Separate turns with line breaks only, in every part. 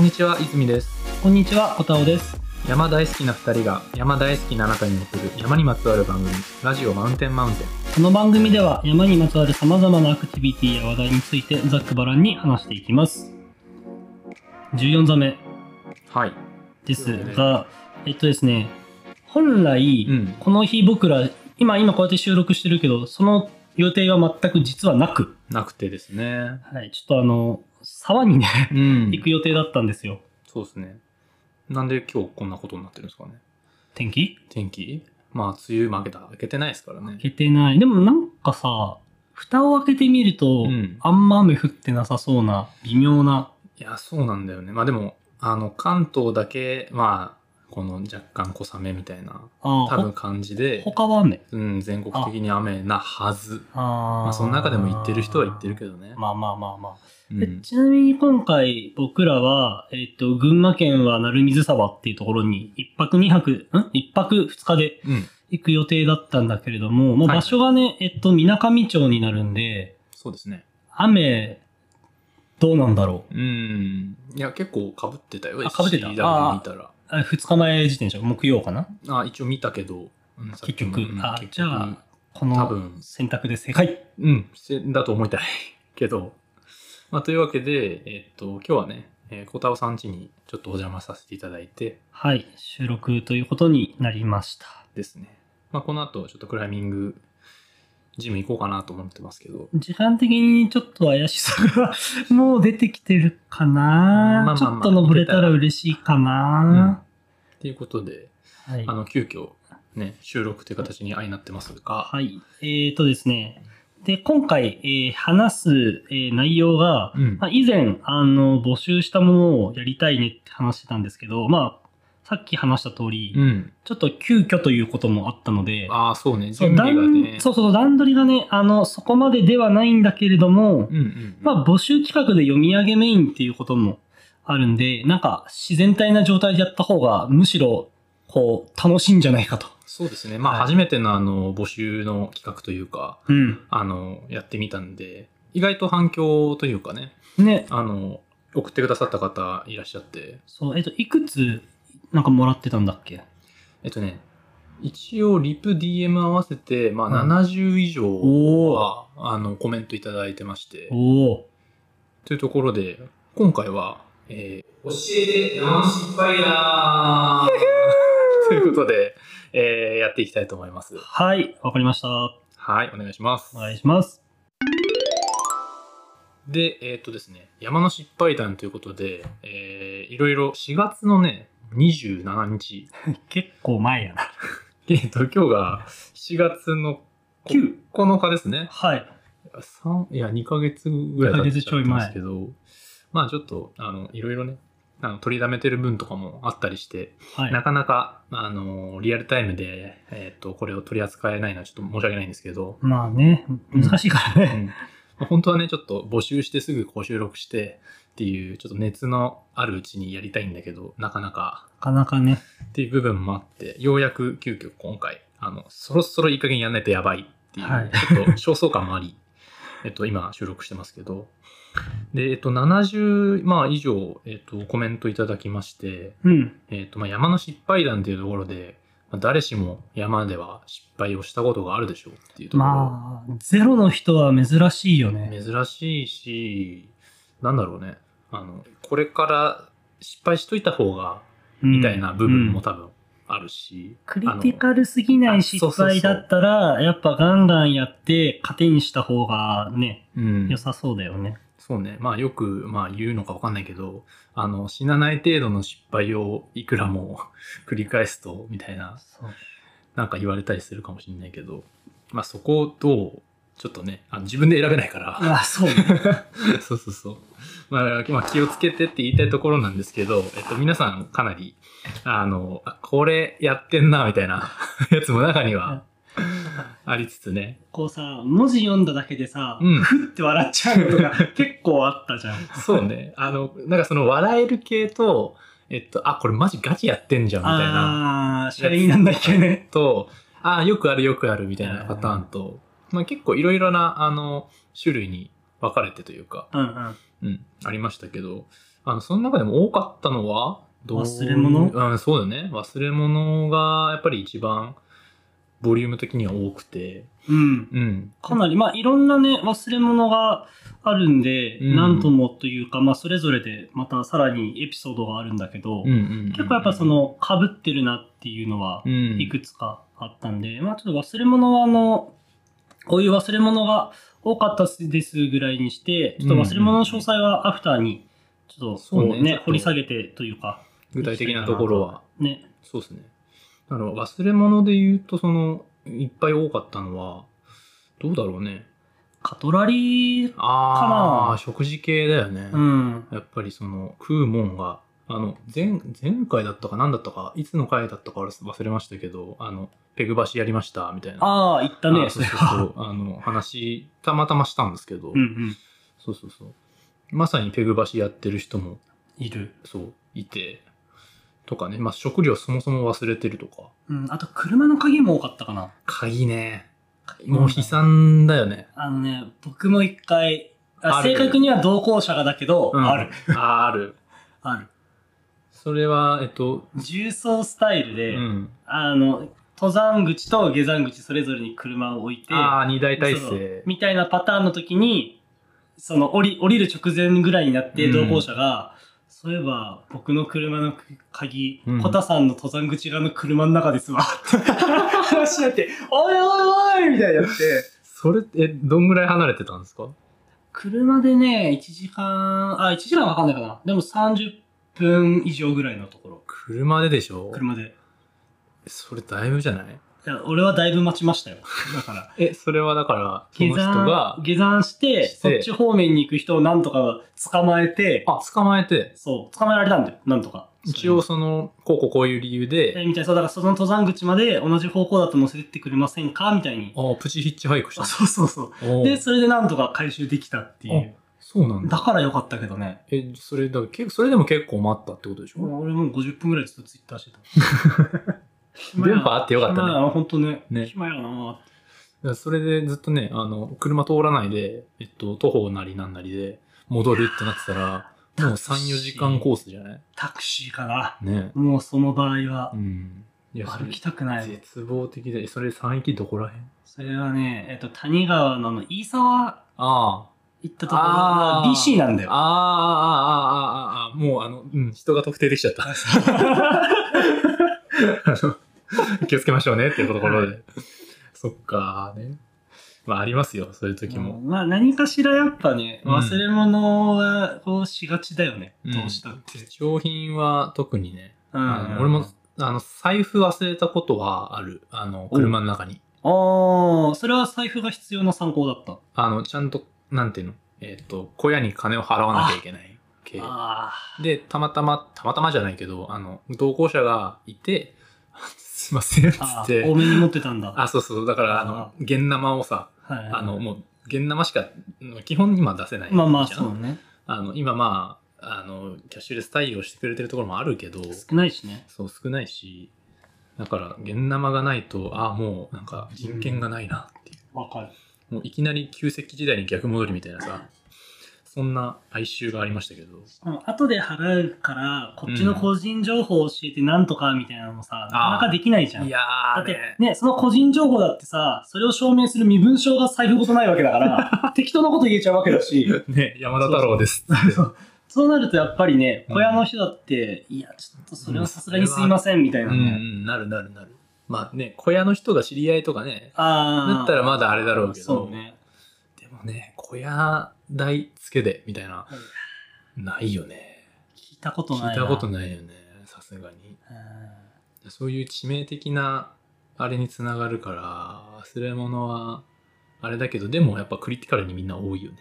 んにちは泉です
こんにちは、小田尾です。
山大好きな2人が山大好きなあなたに送る山にまつわる番組ラジオマウンテンマウンテン
この番組では山にまつわる様々なアクティビティや話題についてざっくばらんに話していきます。14座目
はい
ですが、えっとですね、本来、
うん
この日僕ら、今、今こうやって収録してるけど、その予定は全く実はなく、
なくてですね
はい、ちょっとあの、沢にね、
うん
行く予定だったんですよ。
そうですねなんで今日こんなことになってるんですかね
天気
天気まあ梅雨負けた明けてないですからね
明けてない。でもなんかさ、蓋を開けてみると、
うん
あんま雨降ってなさそうな、微妙な、
いやそうなんだよねまあでもあの関東だけまあこの若干小雨みたいな
あ
多分感じで
他は雨。
うん全国的に雨なはず
あ
まあその中でも行ってる人は行ってるけどね
どまあまあまあまあ。
う
え
ん
ちなみに今回僕らは、えっと、群馬県は鳴水沢っていうところに一泊二泊、ん一泊二日で
うん
行く予定だったんだけれども、もう
はい
場所がね、えっと、水上町になるんで、
そうですね
雨、どうなんだろう。
うん。いや、結構被ってたよ。
あ被ってた
SCW 見たら。
あ二日前時点でしょ木曜かな
あ一応見たけど。うんさっ
結
きも
局
う。ん
あ
結、局
じゃあ、こ
多
の
分、
選択で正解。
うん、してだと思いたいけど。 まあ、というわけで、えっと、今日はね、えー、小田尾さん家にちょっとお邪魔させていただいて
はい、収録ということになりました。
ですね。まあ、この後、ちょっとクライミング、ジム行こうかなと思ってますけど。
時間的にちょっと怪しさが もう出てきてるかな、
まあまあまあ
ちょっと登れたら嬉しいか
うん。
な、
ということで、
はい
あ。の、急遽、ね、収録という形に相なってますが、
はい。えー、とですね。で、今回、えー話す、えー内容が、
うん
まあ、以前、あの、募集したものをやりたいねって話してたんですけど、まあ、さっき話した通り、
うん。
ちょっと急遽ということもあったので、
ああ、そうね、
そ
準
う
備がね
段。そうそう、段取りがね、あの、そこまでではないんだけれども、
うんうん。
まあ、募集企画で読み上げメインっていうこともあるんで、なんか、自然体な状態でやった方が、むしろ、こう、楽しいんじゃないかと。
そうですね。まあ、
はい
初めてのあの募集の企画というか、
うん。
あの、やってみたんで、意外と反響というかね、
ね、
あの、送ってくださった方いらっしゃって、
そう、えっと、いくつ、なんかもらってたんだっけ
えっとね、一応、リプ DM 合わせて、まあ、
うん
70以上
お
は、あの、コメントいただいてまして、
おー
というところで、今回は、えー教えて山の失敗だー ということで、えーやっていきたいと思います。
はい、わかりました。お
はい、お願いします。
願いします。
で、えーっとですね、山の失敗談ということで、えーいろいろ4月のね、27日、
結構前やな。
えーっと、今日が7月の
9
9日ですね。
はい。
三いや、2ヶ月ぐらい経っちゃったんですけど、まあちょっと、あの、いろいろね、あの取りだめてる分とかもあったりして、
はい。
なかなか、あの、リアルタイムで、えーっと、これを取り扱えないのはちょっと申し訳ないんですけど、
まあね、難しいから
う
ね。
んまあ本当はね、ちょっと募集してすぐこう収録してっていう、ちょっと熱のあるうちにやりたいんだけど、なかなか
なかなかね。
っていう部分もあって、ようやく急遽今回、あの、そろそろいい加減やんないとやばいっていう、
はい
ちょっと焦燥感もあり、 えっと、今収録してますけど、で、えっと、70、まあ、以上、えっと、コメントいただきまして、
うん。
えっと、まあ、山の失敗談っていうところで、まあ誰しも山では失敗をしたことがあるでしょうっていうところ。
まあ、ゼロの人は珍しいよね。
珍しいしなんだろうねあのこれから失敗しといた方がみたいな部分も
うん
多分あるし、
クリティカルすぎ
あ
な
の
い失
あそうそうそう
敗だったら、やっぱガンガンやって、糧にした方がね、
うん
良さそうだよね。
そうねまあよく、まあ、言うのかわかんないけどあの死なない程度の失敗をいくらも 繰り返すとみたいな
そう
なんか言われたりするかもしれないけど、まあ、そこをどうちょっとねあの自分で選べないから。
あ、そう。
そうそうそう。まあ、まあ、気をつけてって言いたいところなんですけど、えっと、皆さんかなり、あの、あこれやってんな、みたいな やつも中にはありつつね。
こうさ、文字読んだだけでさ、
うん
ふって笑っちゃうのと か結構あったじゃん。
そうね。あの、なんかその笑える系と、えっと、あ、これマジガチやってんじゃん、みたいな。
ああー、シャレになんだっけね。
と、あ、よくあるよくある、みたいなパターンと、まあ結構いろいろな、あの、種類に分かれてというか、
うんうん。
うん、ありましたけど、あの、その中でも多かったのは、どう
忘れ物
うん、そうだね。忘れ物が、やっぱり一番、ボリューム的には多くて、
うん。
うん。
かなり、まあ、いろんなね、忘れ物があるんで、
うん
なんともというか、まあ、それぞれで、またさらにエピソードがあるんだけ
う
ど、
んうんうんうん
結構やっぱそ、の、被ってるなっていうのは
う、ん、
いくつかあったんで、まあ、ちょっと忘れ物は、あの、こういう忘れ物が多かったですぐらいにして、ちょっと忘れ物の詳細はアフターに、ちょっとこう
そう
ね、
ね
掘り下げてというか、
具体的なところは、
ね。
そうですね。だから忘れ物で言うと、その、いっぱい多かったのは、どうだろうね。
カトラリー、
あ
か
あ、
な
食事系だよね。
うん。
やっぱりその、食うもんが、あの、前、前回だったか何だったか、いつの回だったか忘れましたけど、あの、ペグ橋やりました、みたいな。あ
ああ、言ったね、
ー
そ
そう
れ
そう
は。
そう。あの、話、たまたましたんですけど、
うんうん。
そうそうそう。まさにペグ橋やってる人も、
いる。
そう、いて、とかね、まあ、食料そもそも忘れてるとか。
うん、あと車の鍵も多かったかな。
鍵ね。もう悲惨だよね。
あのね、僕も一回、あ
ある
正確には同行者がだけど、
うん
ある。。
あある。
ある。
それは、えっと、
重曹スタイル
う
で、
ん。
あの、登山口と下山口それぞれに車を置いて、
ああ、二大体
そう
制。
みたいなパターンの時に、その降り、降りる直前ぐらいになって
う
同
ん
行者が、そういえば、僕の車の鍵
うん、
コタさんの登山口側の車の中ですわ、って話し合って、おいおいおいみたいになって、
それ、え、どんぐらい離れてたんですか
車でね、1時間、あ、1時間かかんないかな。でも30分以上ぐらいのところ。
車ででしょ
車で。
それだいぶじゃない
いや、俺はだいぶ待ちましたよ。だから。
え、それはだから、その
下
人
山、
が、
下山して、
し
そってち方面に行く人をなんとか捕まえて、
あ、捕まえて、
そう、捕まえられたんだよ。なんとか。
一応その、こうこうこういう理由
それ
で、
で。えみたいな、そう、だからその登山口まで同じ方向だと乗せてってくれませんかみたいに。
あプチヒッチハイクした
あ。そうそうそう。
おー
で、それでなんとか回収できたっていう。
そうなんだ。
だからよかったけどね。
え、それ、だから結構、それでも結構待ったってことでしょ
俺もう50分ぐらいずっとツイッターしてた。
電波あってよかった
暇や
ね。
な、ほんとね。
ね
暇やな
だからそれでずっとね、あの、車通らないで、えっと、徒歩なりなんなりで、戻るってなってたら、もう3、4時間コースじゃない
タクシーかな。
ね。
もうその場合は
う、ん。いや、それ
歩きたくない。
絶望的で、それ3駅どこらへん
それはね、えっと、谷川のあの飯沢
ああ。
行ったところ
あー
が DC なんだ
ああ、ああ
よ。、
ああ、ああ、もうあの、うん、人が特定できちゃった。あ の気をつけましょうねっていうところで。そっか、ね。まあ、ありますよ、そういう時
う
も。
んまあ何かしらやっぱね、
うん
忘れ物はこうしがちだよね。
うん
どうしたって。
商品は特にね、
うん
あの俺も、あの、財布忘れたことはある。あの、車の中に。
ああ、それは財布が必要な参考だった。
あの、ちゃんと、なんていうのえっ、と、小屋に金を払わなきゃいけない系。
あ
で、たまたま、たまたまじゃないけど、あの、同行者がいて、すいません、つ
ーあ
っ
ー、
て
多。めに持ってたんだ。
あ、そうそう。だから、あの
あ、
現生をさ、
はい
あの、もう、現生しか、基本今出せない。
まあまあ
じゃ
そ
ん
うね。
あの、今まあ、あの、キャッシュレス対応してくれてるところもあるけど、
少ないしね。
そう、少ないし、だから、現生がないと、ああ、もう、なんか、人権がないなっていう。
わかる。
もう、いきなり旧石器時代に逆戻りみたいなさ、そんな哀愁がありましたけど。
うん後で払うから、こっちの個人情報を教えてなんとかみたいなのもさ、なかなかできないじゃん。
いや
だ
ー、
って
ね、
ね、その個人情報だってさ、それを証明する身分証が財布ごとないわけだ から、適当なこと言えちゃうわけだし、
ね、山田太郎ですって。
そうなるとやっぱりね、
うん
小屋の人だって、いや、ちょっとそれはさすがにすいませんみたいな
うんう
ね。
ん、なるなるなる。まあね、小屋の人が知り合いとかね、
ああ。
だったらまだあれだろうけど
そうね。
でもね、小屋代付けで、みたいな、ないよね。
聞いたこと
聞
ないいな。
たこと
ない。
ないよね、さすがに。そういう致命的な、あれにつながるから、忘れ物は、あれだけど、でもやっぱクリティカルにみんな多いよね。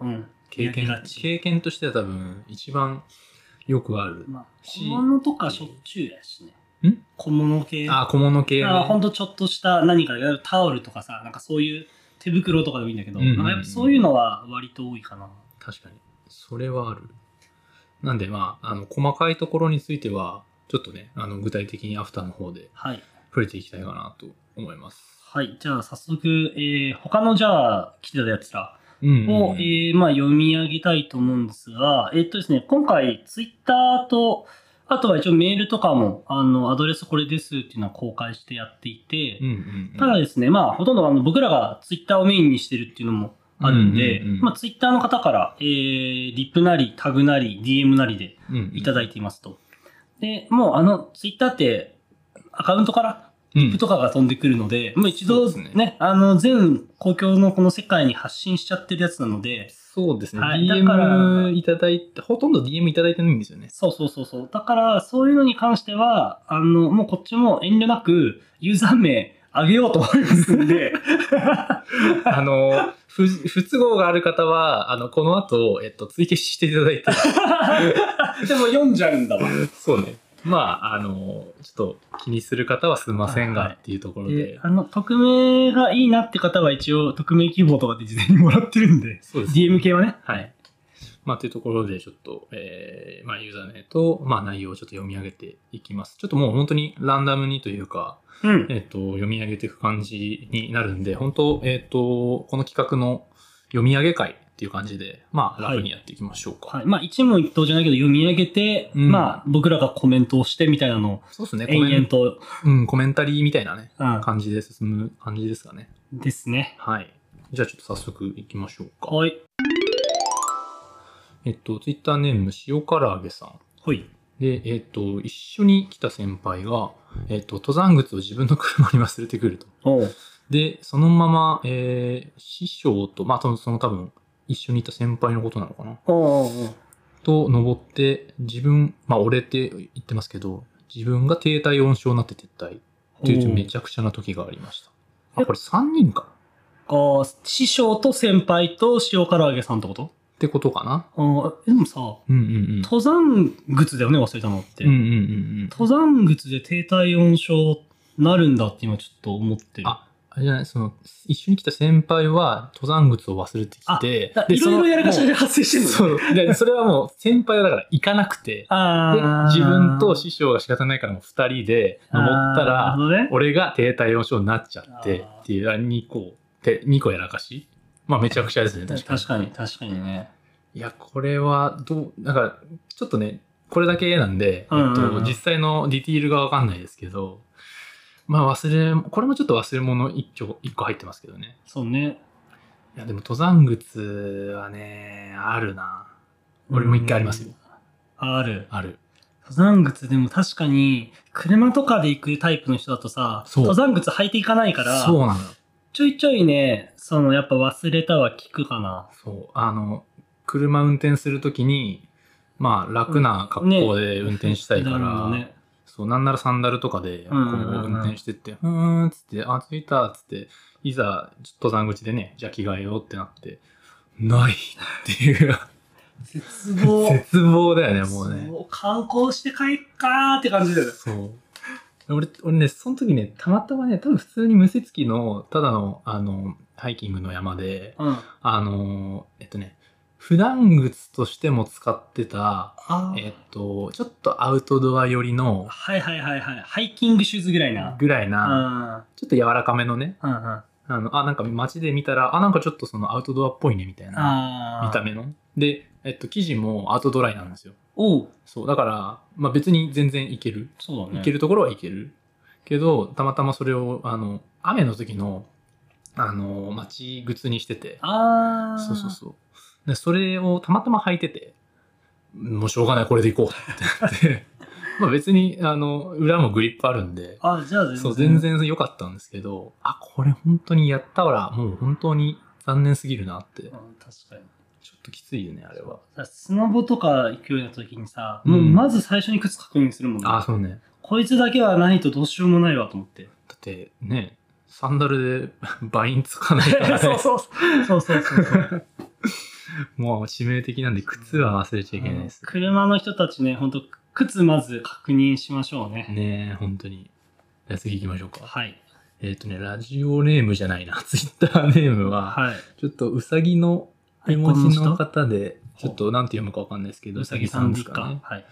うん。
経験
やりが、ち
経験としては多分、一番よくある。
まあ、
し
小物とかしょっちゅうやしね。
ん
小物系。
あ、小物系、ね。
あほんとちょっとした何か、タオルとかさ、なんかそういう手袋とかでもいいんだけど、
うんうんうん
なんかやっぱそういうのは割と多いかな。
確かに。それはある。なんで、まあ、あの、細かいところについては、ちょっとね、あの、具体的にアフターの方で
はい。
触れていきたいかなと思います。
はい。じゃあ早速、えー、他のじゃあ来てたやつら、
うん
を、えーまあ、読み上げたいと思うんですが、えっとですね、今回、ツイッターと、あとは一応メールとかも、あの、アドレスこれですっていうのは公開してやっていて、
うんうんうん
ただですね、まあ、ほとんどあの僕らがツイッターをメインにしてるっていうのもあるんで、
うんうんうん
まあ、ツイッターの方から、えー、リップなり、タグなり、DM なりでいただいていますと。で、もうあの、ツイッターって、アカウントから
うん
リップとかが飛んでくるので、もう一度
そうで
ね、
す
あの、全公共のこの世界に発信しちゃってるやつなので、
そうですね、
はいだから
DM いただいて、ほとんど DM いただいてないんです よね。
そうそうそうそう。だから、そういうのに関しては、あの、もうこっちも遠慮なく、ユーザー名あげようと思いますん で、
あの、不不都合がある方は、あの、この後、えっと、追記していただいて、
でも読んじゃうんだわ。
そうね。まあ、あの、ちょっと気にする方はすいません
はい
がっていうところ
で
で、
あの、匿名がいいなって方は一応、匿名希望とかで事前にもらってるんで、
そうですね
DM 系はね。
はい。まあ、というところで、ちょっと、えーまあ、ユーザー名と、まあ、内容をちょっと読み上げていきます。ちょっともう本当にランダムにというか、
うん。
えっ、と、読み上げていく感じになるんで、本当、えっ、と、この企画の読み上げ会っていう感じで、まあ、
はい
楽にやっていきましょうか。
はい。まあ、一問一答じゃないけど、読み上げて、
うん
まあ、僕らがコメントをしてみたいなのを、
そうですね、コ
延
メン
々
ト、
と、
うん、コメンタリーみたいなね、
う
感じで進む感じですかね。
ん。ですね。
はい。じゃあ、ちょっと早速いきましょうか。
はい。
えっと、ツイッターネーム、塩唐揚げさん。
ほい。
で、えっ、と、一緒に来た先輩が、えっ、と、登山靴を自分の車に忘れてくると。
おう。
で、そのまま、えー師匠と、まあ、その、その多分、一緒にいた先輩のことなのかな
おうおうおう
と、登って、自分、まあ、折れて言ってますけど、自分が低体温症になって撤退。という、めちゃくちゃな時がありました。あ、これ3人か
ああ、師匠と先輩と塩唐揚げさんってこと
ってことかな
ああ、でも
う
さ、
んうんうん。
登山靴だよね、忘れたのって。
うんうんうんうん。
登山靴で低体温症なるんだって今ちょっと思ってる。
ああれじゃないその、一緒に来た先輩は、登山靴を忘れてきて
だ、
で
いろいろやらかし
その
が発生してるのね
そう。 で、それはもう、先輩はだから行かなくて、で
あ、ー
自分と師匠が仕方ないからもう二人で登った
あー
ら、
なるほどね。
俺が低体温症になっちゃって
あー
っていう、あ2個、て二個やらかしまあ、めちゃくちゃですね、確かに。
確かに、確かにね。
いや、これは、どう、なんか、ちょっとね、これだけなんで、
うんうんうん
えっと、実際のディティールがわかんないですけど、まあ忘れ、これもちょっと忘れ物一個、一個入ってますけどね。
そうね。
いや、でも登山靴はね、あるな。俺も一回ありますよ。
ある。
ある。
登山靴でも確かに、車とかで行くタイプの人だとさ、
そう
登山靴履いていかないから、
そうなのよ。
ちょいちょいね、そのやっぱ忘れたは聞くかな。
そう。あの、車運転するときに、まあ楽な格好で運転したいから、
なるほど ね
そう、なんならサンダルとかで、こう、
うんうんうんうん
運転してって、ふーんっつって、あ、着いたっつって、いざ、ちょっと登山口でね、じゃあ着替えようってなって、ないっていう、
絶望。
絶望だよね、もうね。
そう観光して帰っかーって感じだよね。
そう。俺、俺ね、その時ね、たまたまね、多分普通に無雪機の、ただの、あの、ハイキングの山で、
うん。
あの、えっとね、普段靴としても使ってた、
あ
えっと、ちょっとアウトドア寄りの、
はいはいはいはい。ハイキングシューズぐらいな。
ぐらいうな、
ん。うん
ちょっと柔らかめのね、
うん。あ
あの、あ、なんか街で見たら、あ、なんかちょっとそのアウトドアっぽいね、みたいな、
あー。
見た目の。で、えっと、生地もアウトドライなんですよ。
おう。
そう、だから、まあ別に全然いける。
そうだね。
いけるところはいける。けど、たまたまそれを、あの、雨の時の、あの、待ち靴にしてて、
ああ。
そうそうそう。で、それをたまたま履いてて、もうしょうがない、これで行こうってなって、 まあ別に、あの、裏もグリップあるんで、
あ、じゃあ全然。
そう、全。然良かったんですけど、あ、これ本当にやったら、もう本当に残念すぎるなって、ち
う
ょ
ん、確かに。
っときついよね、あれは。
さスノボとか行くような時にさ、
うん
もうまず最初に靴確認するもんね。
あ、そうね。
こいつだけはないとどうしようもないわと思って。
だって、ね、サンダルで バインつかないから、ね、
そうそうそう。そうそうそうそう。
もう致命的なんで、靴は忘れちゃいけないです。
車の人たちね、本当靴まず確認しましょうね。
ねえ、本当に。じゃあ次行きましょうか。
はい。
えっ、とね、ラジオネームじゃないな、ツイッターネームは、
はい。
ちょっとうさぎの絵文字の方で、ちょっとなんて読むかわかんないですけど、
う
う
さ
さ
ぎ
ぎ
さ
さ
ん
ん
で
ですす
か
かね。
はい。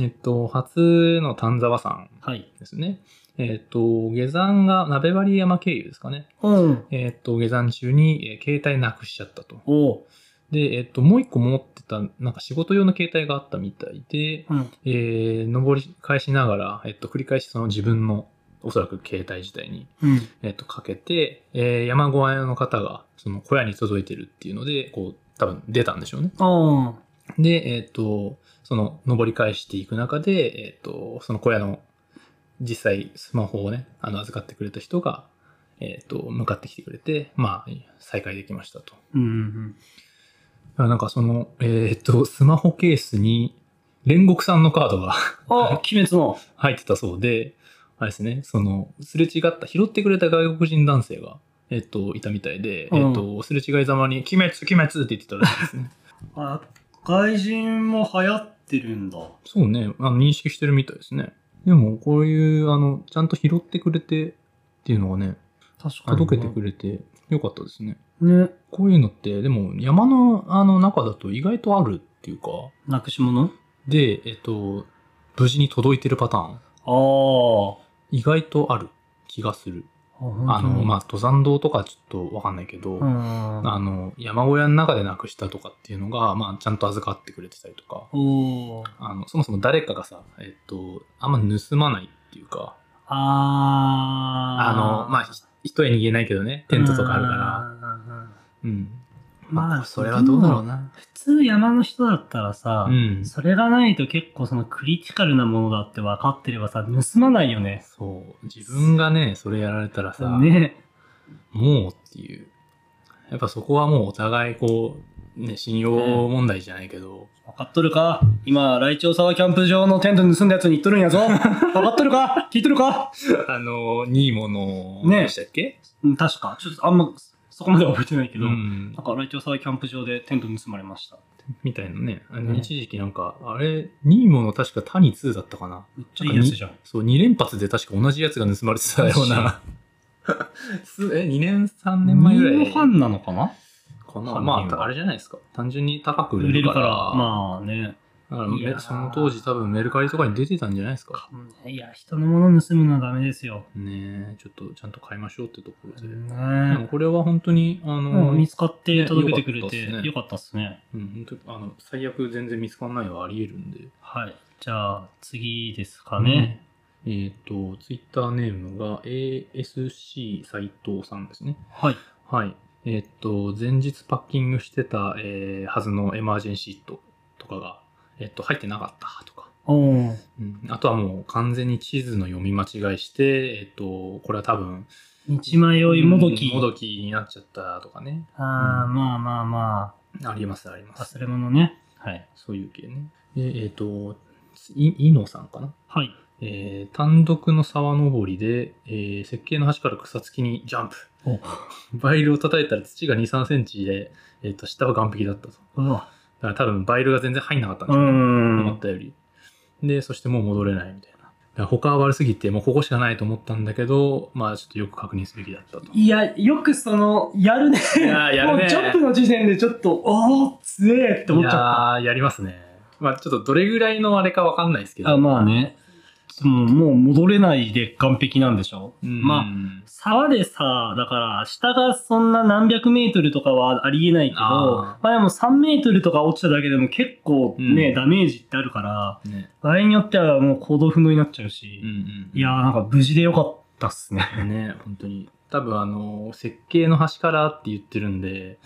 えっと、初の丹沢山
はい。
ですね。えっと、下山が鍋割山経由ですかね。
うん。
えっと、下山中に、えー携帯なくしちゃったと。
おう。
で、えっと、もう一個持ってた、なんか仕事用の携帯があったみたいで、
うん。
えー、登り返しながら、えっと、繰り返しその自分の、おそらく携帯自体に、
うん。
えっと、かけて、えー山小屋の方が、その小屋に届いてるっていうので、こう、多分出たんでしょうね。
あ
で、えっ、と、その、登り返していく中で、えっ、と、その小屋の、実際、スマホをね、あの、預かってくれた人が、えっ、と、向かってきてくれて、まあ、再会できましたと。
うんうん
あなんかその、えっ、と、スマホケースに、煉獄さんのカードが
うん。あ、鬼滅の。
入ってたそうで、あれですね、その、すれ違った、拾ってくれた外国人男性が、えっ、と、いたみたいで、
うん
えっ、と、すれ違いざまに、鬼滅、鬼滅って言ってたらしいですね。
あ、外人も流行ってるんだ。
そうね、あの認識してるみたいですね。でも、こういう、あの、ちゃんと拾ってくれてっていうのがね、
確かに。
届けてくれてよかったですね。
ね。
こういうのって、でも、山の、あの、中だと意外とあるっていうか、
なくし物
で、えっと、無事に届いてるパターン、
あ
意外とある気がする。
あ。
あの、まあ、登山道とかちょっとわかんないけど、
あうん。
あの、山小屋の中でなくしたとかっていうのが、まあ、ちゃんと預かってくれてたりとか、
おー
あの、そもそも誰かがさ、えっと、あんま盗まないっていうか、
ああ。
あの、まあ、ひ一重に言えないけどね、テントとかあるから。
ら。
うん。
まあ、
それはどうだろう
でも
な。
普通山の人だったらさ
う、ん。
それがないと結構そのクリティカルなものだって分かってればさ、盗まないよね。
そう。自分がね、それやられたらさ、
ね。
もうっていう。やっぱそこはもうお互いこう、ね、信用問題じゃないけど、
分かっとるか今、ライチョウサワキャンプ場のテント盗んだやつに言っとるん やぞ。分かっとるか聞いとるか
あの、ニーモの、
ね
でしたっけ
うん、確か。ちょっとあんま、そこまでは覚えてないけ
う
ど、
ん
な。んかライチョウサワキャンプ場でテント盗まれました。
みたいなね。あの
ね
一時期なんか、あれ、ニーモの確か谷2だったかな。
めっちゃいいやつじゃん。
そう、2連発で確か同じやつが盗まれてたような。 すえ、2年、3年前ぐらい。
ファンなのかな
かな
犯人は
まあ、あれじゃないですか。単純に高く
売
売れる
れる
か。
からら、まあね。
だから
いやー
めその当時多分メルカリとかに出てたんじゃないですか。
いや、人のもの盗むのはダメですよ。
ねえ、ちょっとちゃんと買いましょうってところで。
ね
でもこれは本当に、あの、
うん見つかって
ね
届けてくれ
よかったっす
て
ね
よかったっすね。
うん本当あの最悪全然見つかんないはあり得るんで。
はい。じゃあ次ですかね。
うん。えっ、と、ツイッターネームが ASC 斎藤さんですね。
はい。
はい。えっ、と、前日パッキングしてた、えーはずのエマージェンシートとかが、えっ、と、入ってなかったとか。
おお。
うんあとはもう完全に地図の読み間違いして、えっと、これは多分、
一枚酔いもどき。
うんもどきになっちゃったとかね。
ああ、まあまあま
あります、ありま
あ。
す。
忘れ物ね。はい。
そういう系ね。でえっと、い、いのさんかな。
はい。
えー単独の沢登りで、えー設計の端から草付きにジャンプ。
お
バイルを叩いたら土が2、3センチで、えっと、下は岩壁だったと。
うわ。
だから多分バイルが全然入んなかったん
う
じゃない
ん。
思ったより。で、そしてもう戻れないみたいな。だから他は悪すぎて、もうここしかないと思ったんだけど、まあちょっとよく確認すべきだったと。
いや、よくその、やるね。
いやーやるね
もうちょっとの時点でちょっと、おお、強えって思っちゃった。
いやーやりますね。まあちょっとどれぐらいのあれかわかんないですけど。
あまあね。もうもう戻れないで完璧なんでしょ
うん、
まあ沢でさ、だから、下がそんな何百メートルとかはありえないけど、
あ
まあでも3メートルとか落ちただけでも結構ね、
うん
ダメージってあるから、
ね。
場合によってはもう行動不能になっちゃうし、
うんうん。
いやーなんか無事でよかったっすね。
ね、本当に。多分あの、設計の端からって言ってるんで、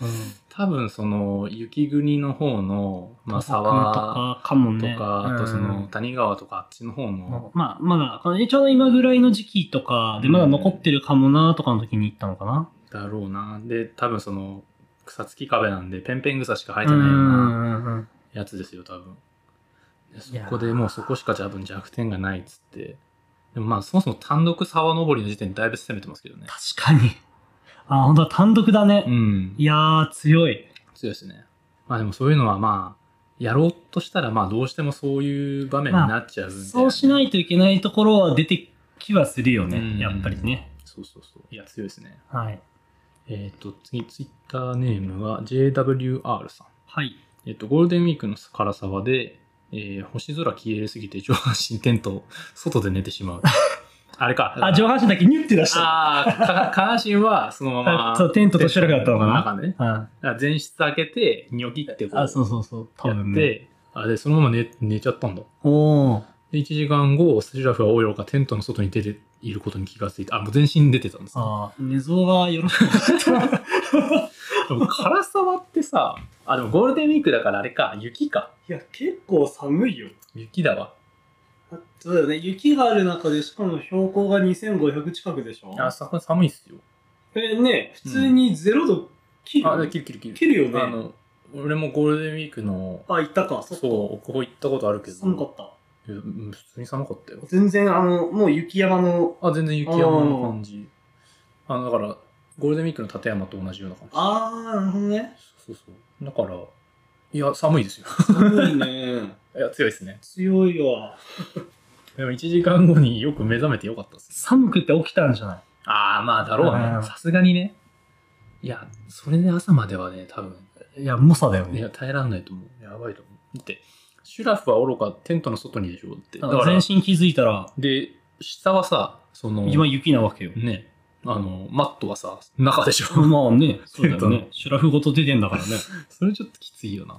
多分その、雪国の方の、まあ
と
沢
かかも
と
ね。
か、あとそうの、
ん
谷川とかあっちの方の、
まあ、まだ、このちょうど今ぐらいの時期とかで、まだ残ってるかもなとかの時に行ったのかな。
だろうな。で、多分その、草付き壁なんで、ペンペン草しか生え
う
て
ん
な
う
いようなん
うん
やつですよ、多分。でそ
いや
こでもうそこしか多分弱点がないっつって。でもまあ、そもそも単独沢登りの時点でだいぶ攻めてますけどね。
確かに。あ、本当だ、単独だね。
うん
い。やー、強い。
強いですね。まあでもそういうのはまあ、やろうとしたらまあどうしてもそういう場面になっちゃうんで、
そうしないといけないところは出てきはするよ
うん
ね、やっぱりね。
そうそうそう。いや、強いですね。
はい。
えっ、と、次、ツイッターネームが JWR さん。
はい。
えっと、ゴールデンウィークの唐沢で、えー星空消えすぎて上半身転倒、外で寝てし まう。あれか。
あ、上半身だけニュって出した。
あーか下半身はそのまま。
あそう、テントと白だったのかな。
中ね。
う
だ
ん
から前室開けて、ニョキってこう、や
あ、
っ
そうそうそう。多分ね。
て、あ、で、そのまま寝、寝ちゃったんだ。
おー
で、1時間後、スジラフはおいろかテントの外に出ていることに気がついて、あ、もう全身出てたんですね
あー寝相がよろしくなかった。
でも、唐沢ってさ、あ、でもゴールデンウィークだからあれか、雪か。
いや、結構寒いよ。
雪だわ。
そうだよね。雪がある中で、しかも標高が2500近くでしょ
あ、そこ寒いっすよ。
え、ね、普通に0度切る。
あ、で、キルキルキル。
切るよね
あの、俺もゴールデンウィークの、
あ、行ったか。そっか
そう、ここ行ったことあるけど、
寒かった。
いやうん普通に寒かったよ。
全然、あの、もう雪山の。
あ、全然雪山の感じ。あの、だから、ゴールデンウィークの立山と同じような感じ。
あー、なるほどね。
そうそうそう。だから、いや、寒い ですよ。
寒いね。
いや、強いですね。
強いわ。
でも1時間後によく目覚めてよかったです。
寒くて起きたんじゃない
ああ、まあ、だろう
うん
ね。さすがにね。いや、それで朝まではね、多分、
いや、猛者だよ
いや、。耐えらんないと思う。やばいと思う。だって、シュラフは愚か、テントの外にでしょって。だ
だ
か
から
ら、
全身気づいたら、
で、下はさ、その、
今雪なわけよ。
ね、あの、マットはさ、中でしょ。
まあね、そう
テン
だよ
トの
ね。シュラフごと出てんだからね。
それちょっときついよな。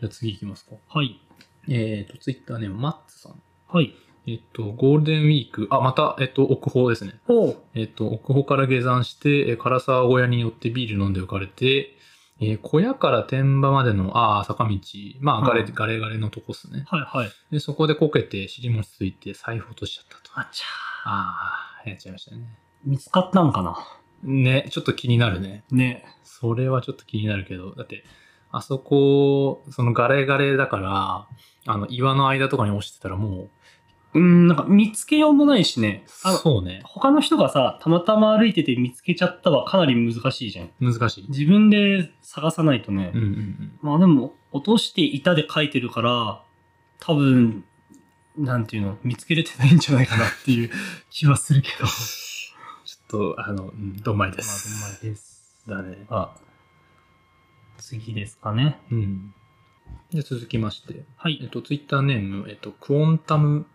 じゃあ次行きますか。
はい。
えっ、と、ツイッターネーム、マッツさん。
はい。
えっ、と、ゴールデンウィーク、あ、また、えっ、と、奥方ですね。
ほう。
えっ、と、奥方から下山して、えー唐沢小屋に寄ってビール飲んで浮かれて、えー小屋から天場までの、ああ、坂道、まあ、ガレ、
うん
ガレガレのとこっすね。
はいはい。
で、そこでこけて、尻餅ついて、財布落としちゃったと。
あちゃ
ああ、やっちゃいましたね。
見つかったんかな。
ね、ちょっと気になるね。
ね。
それはちょっと気になるけど、だって、あそこ、そのガレガレだから、あの、岩の間とかに落ちてたらもう、
うん、なんか見つけようもないしね。あの、
そうね、
他の人がさ、たまたま歩いてて見つけちゃったはかなり難しいじゃん。
難しい。
自分で探さないとね。
うんうんうん。
まあでも、落として板で書いてるから、多分、なんていうの、見つけれてないんじゃないかなっ ていう気はするけど。
ちょっと、あの、うんどんまいです。
まあ、でです。
だね。
あ、次ですかね。
うん。で、続きまして、
は
えっ
い。
と、ツイッターネーム、えっと、クオンタム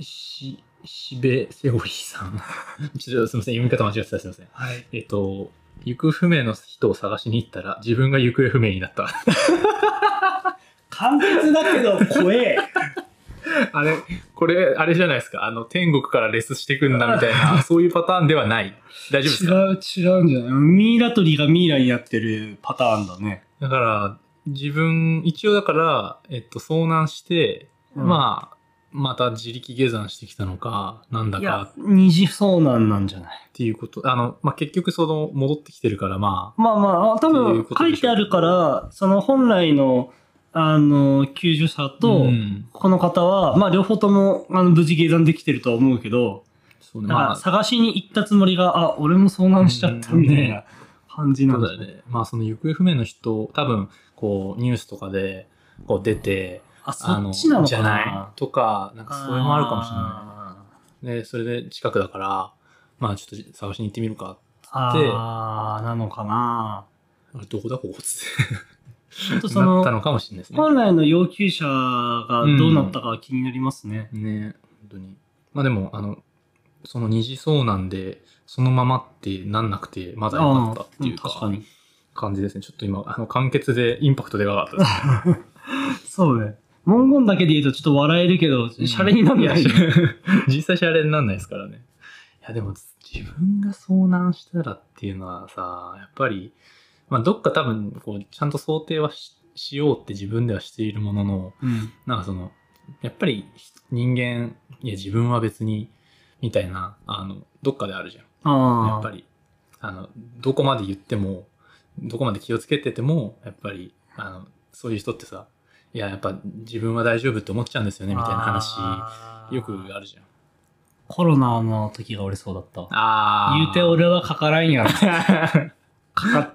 し、しべセオリーさん。 ちょっとすみません、読み方間違ってた、すみません。
はい。
えっと、行方不明の人を探しに行ったら、自分が行方不明になった。
簡潔だけど、怖え。
あれ、これ、あれじゃないですか。あの、天国からレスしてくんな、みたい な、そういうパターンではない。大丈夫です
違
か
う、違うんじゃないミイラ取りがミイラになってるパターンだね。
だから、自分、一応だから、えっと、遭難して、
あ、
まあ、また自力下山してきたのか、なんだ
い
か
や、二次遭難なんじゃない
っていうこと、あの、まあ、結局その、戻ってきてるから、ま
まあまあ、多
っていう
分
こ
書
とでしょ
いてあるから、その本来の、あの、救助者
あ、
と、
ん
この方は、まあ両方とも、あの、無事下山できてるとは思うけど、
そうね、
なんか
まあ、
探しに行ったつもりが、あ、俺も遭難しちゃったみたいな感じな
そ
ん
う
だ
だよね。まあ、その行方不明の人、多分、こう、ニュースとかで、こう出て、
あ、そ
あの、
っちなの
じ
か
ゃ
な
ないとか、なんかそれもあるかもしれない。
い。
で、それで近くだから、まあちょっと探しに行ってみるか。
あーなのかな
あれどこだここっつ
ちょっと
って。
そ
なった
の、
のかもしれないですね。
本来の要求者がどうなったかは気になりますね。
ね本当に。まあでも、あの、その二次遭難で、そのままってなんなくて、まだよかったっていう
あー確か
か、
に。
感じですね。ちょっと今、あの、簡潔でインパクトでかかったです。
そうね。文言だけで言うとちょっと笑えるけど、シャレにならな い
い
よ
や
ね。
実際シャレになんないですからね。いや、でも、自分が遭難したらっていうのはさ、やっぱり、まあ、どっか多分、こう、ちゃんと想定はししようって自分ではしているものの、
うん
なんかその、やっぱり人間、いや、自分は別に、みたいな、あの、どっかであるじゃん。
ああ。
やっぱり、あの、どこまで言っても、どこまで気をつけてても、やっぱり、あの、そういう人ってさ、いや、やっぱ自分は大丈夫って思っちゃうんですよね、みたいな話、
話
よくあるじゃん。
コロナの時が俺そうだったわ
あ
言うて俺はかからんやろか
か
かった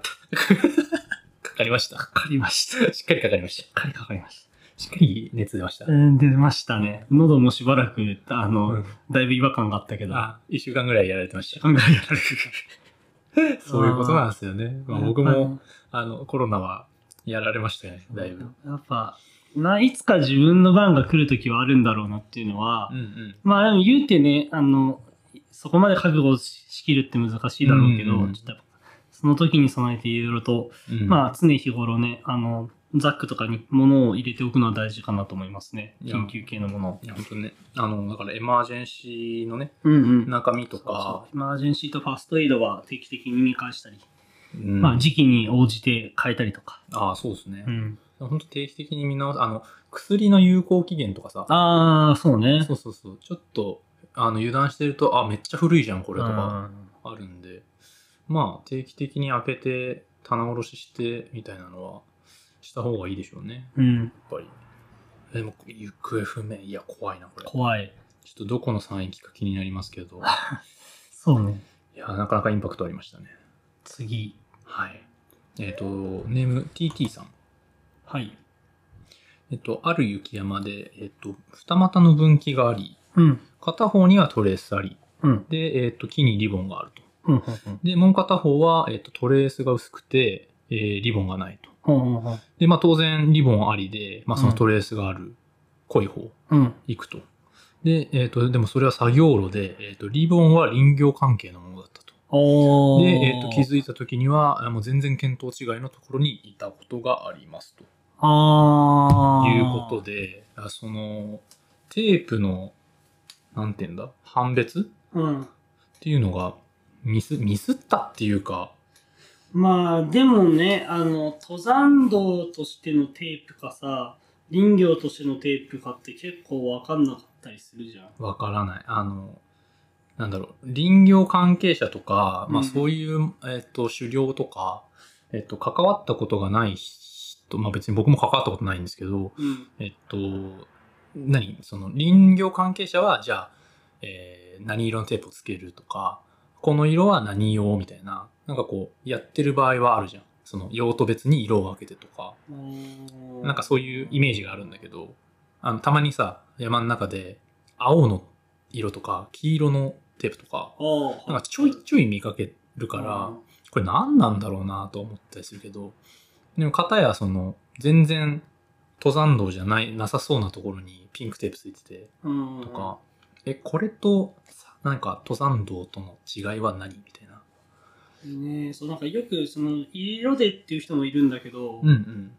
かりました。
かかりましたし
しっかりかかりました。
っかりかかりまし
しっかり熱出ました
た。うん出ましたね喉もしばらくあの、
うん
だいぶ違和感があったけど
あ、一週間ぐらいやられてまし
考えられる
た。 そういうことなんですよね。まあ、僕
やっ
も、あの、コロナはやられましたね、
ぱ
だいぶ。
やっぱないつか自分の番が来る時はあるんだろうなっていうのは、
うんうん。
まあでも言うてね、あの、そこまで覚悟ししきるって難しいだろうけど、
うんうん
ちょっとやっぱその時に備えていろいろと、
うん、
まあ常日頃ね、あの、ザックとかに物を入れておくのは大事かなと思いますね。
いや
緊急系のものを
い。や、本当ね。あの、だからエマージェンシーのね、
うんうん。
中身と
そうそ
か、
うエマージェンシーとファーストエイドは定期的に見返したり、
うん
まあ時期に応じて変えたりとか。
ああ、そうですね
う。ん、
本当定期的に見直す。あの、薬の有効期限とかさ、
ああ、そうね。
そうそうそう。ちょっと、あの、油断してると、あ、めっちゃ古いじゃん、これとか、
うん
あるんで、まあ、定期的に開けて、棚卸しして、みたいなのは、した方がいいでしょうね、
うん、
やっぱり。でも、行方不明。いや、怖いな、これ。ちょ
怖い。
っとどこの産域か気になりますけど、
そうね。
いや、なかなかインパクトありましたね。
次。
はい。えっ、と、ネーム TT さん。
はい。
えっ、と、ある雪山で、えっ、と、二股の分岐があり、
うん。
片方にはトレースあり、
うん。
で、えっ、と、木にリボンがあると。
うん。うん。うん
で、もう片方は、えっ、と、トレースが薄くて、えーリボンがないと。
うん。うん
で、まあ、当然、リボンありで、まあ、そのトレースがある、濃い方、
うん。
行くと。で、えっ、と、でもそれは作業路で、えっ、と、リボンは林業関係のものだったと。
おー。
で、えっ、と、気づいた時には、あもう全然見当違いのところにいたことがありますと。
あー。
いうことで、あその、テープの、なんて言うんだ、判別
うん。
っていうのが、ミス、ミスったっていうか、
まあ、でもね、あの、登山道としてのテープかさ、林業としてのテープかって結構わかんなかったりするじゃん。
わからない。あの、なんだろう、林業関係者とか、まあ
うん
そういう、えっと、狩猟とか、えっと、関わったことがない人、まあ別に僕も関わったことないんですけど、
うん。
えっと、何その林業関係者は、じゃあ、えー何色のテープをつけるとか、この色は何用みたいな、なんかこう、やってる場合はあるじゃん。その用途別に色を分けてとか、
おー
なんかそういうイメージがあるんだけど、あの、たまにさ、山の中で、青の色とか、黄色のテープとか、
おー
なんかちょいちょい見かけるから、これ何なんだろうなと思ったりするけど、でも片やその、全然登山道じゃない、なさそうなところにピンクテープついてて、
うん、
とか、え、これと、さなんか登山道との違いは何みたいな。
ねえそうなんかよくその色でっていう人もいるんだけど、
うんうん。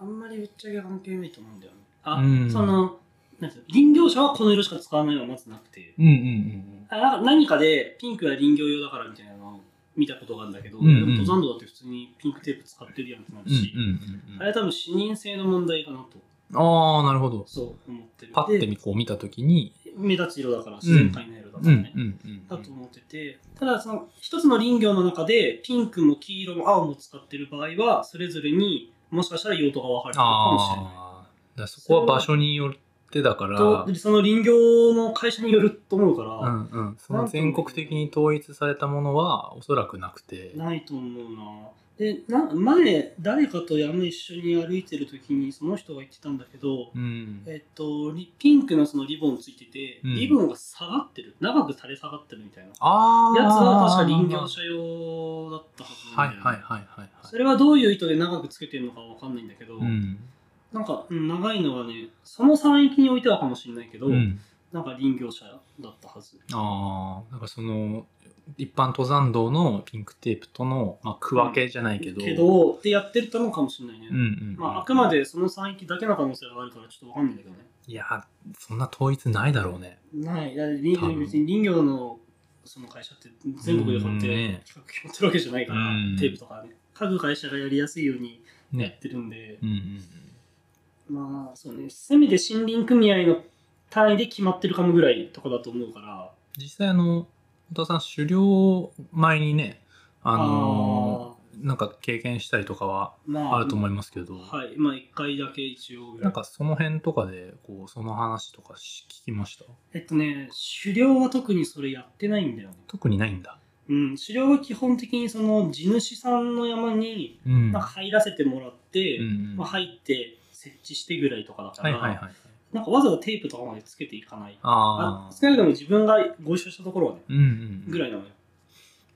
あんまりぶっちゃけ関係ないと思うんだよねあ、
うん
そのなんていうの林業者はこの色しか使わないのはまずなくて
うんうんうん
あな何かでピンクは林業用だからみたいなのを見たことがあるんだけど、
うんうん
でも登山道だって普通にピンクテープ使ってるやんってなる
うん。うん
し、
うんうん
あれは多分視認性の問題かなと
ああ、なるほど。
そう思ってる
パッて
で
みこう見たときに、
目立つ色だから自然界の色だからね、
んうん
だと思ってて、ただその一つの林業の中でピンクも黄色も青も使ってる場合はそれぞれにもしかしたら用途が分かれてるかもしれな
ああ、だからそこは場所によってだから、
い。とその林業の会社によると思うか
う
ら、
んうん、その全国的に統一されたものはおそらくなくて、
ないと思うな。でな前誰かと山一緒に歩いてる時にその人が言ってたんだけど、
うん、
えっと、リピンクのそのリボンついてて、
うん
リボンが下がってる長く垂れ下がってるみたいなやつ
ああ
は確か林業者用だったはずな
は
ん
い
だよね
はいはいはい
それはどういう意図で長くつけてるのかわかんないんだけど、
うん
なんか、うん長いのはね、その産域においてはかもしれないけど、
うん、
なんか林業者だったはず。
ああなんかその一般登山道のピンクテープとの、まあ、区分けじゃないけど、
ってやってたのかもしれないね。
うんうんうん
まあ、あくまでその産域だけの可能性があるからちょっとわかんないけどね。
いやそんな統一ないだろうね
ない。だって
多分
林別に林業のその会社って全国で買って
うん
企
ね
画決まってるわけじゃないから、
うん
テープとかね。各会社がやりやすいようにや
ね
ってるんで、
うんうんうん
まあそうね、せめて森林組合の単位で決まってるかもぐらいとかだと思うから、
実際あの本田さん狩猟前にねあのなんか経験したりとかは
ーま
あると思いますけど、
はい、まあ1回だけ一応ぐら
なん
い。
かその辺とかでこうその話とかし聞きました
えっとね、狩猟は特にそれやってないんだよね。
特にないんだ
うん、狩猟は基本的にその地主さんの山に
うん
なんか入らせてもらって、
うん
まあ、
はい
入って設置してぐらいとかだか
はい
ら、
はいはい
なんかわざわざテープとかまでつけていかない。
ああ
少なくとも自分がご一緒したところはね、
うんうん
ぐ
らい
らいなのよ。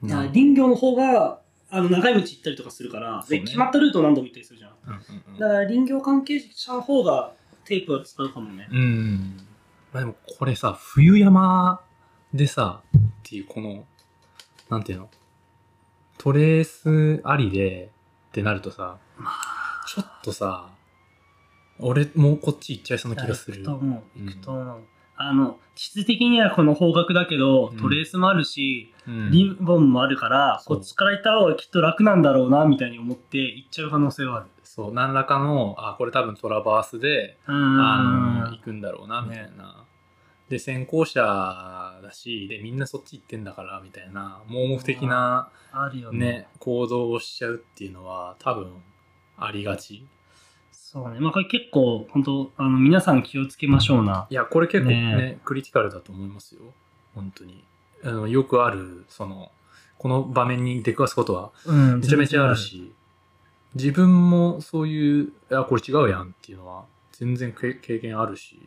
だから林業の方があの長い道行ったりとかするから、
そうね
で決まったルートを何度も行ったりするじゃん。
うんうんうん
だから林業関係者の方がテープは使うかもね。
うん。まあでもこれさ、冬山でさ、っていうこの、なんていうの、トレースありでってなるとさ、
まあ、
ちょっとさ、俺もうこっち行っちゃいそうな気がす
い
る。
や行くと
う
思う。
ん
行くと思う。あの、質的にはこの方角だけど
うん、
トレースもあるし、リ
ん、
ボンもあるから、
そう
こっちから行った方がきっと楽なんだろうな、みたいに思って行っちゃう可能性はある。
そう、何らかの、あ、これ多分トラバースで、
う
あの、
ん
行。くんだろうな、
ね
みたいな。で、先行者だし、で、みんなそっち行ってんだから、みたいな、盲目的な、
あるよね。
ね、行動をしちゃうっていうのは多分ありがち。
そうね。まあこれ結構、本当あの、皆さん気をつけましょうな。
いや、これ結構ね、
ね
クリティカルだと思いますよ。本当に。あのよくある、その、この場面に出くわすことは
うん
めちゃめちゃある。し、自分もそういう、あ、これ違うやんっていうのは全然け経験あるし、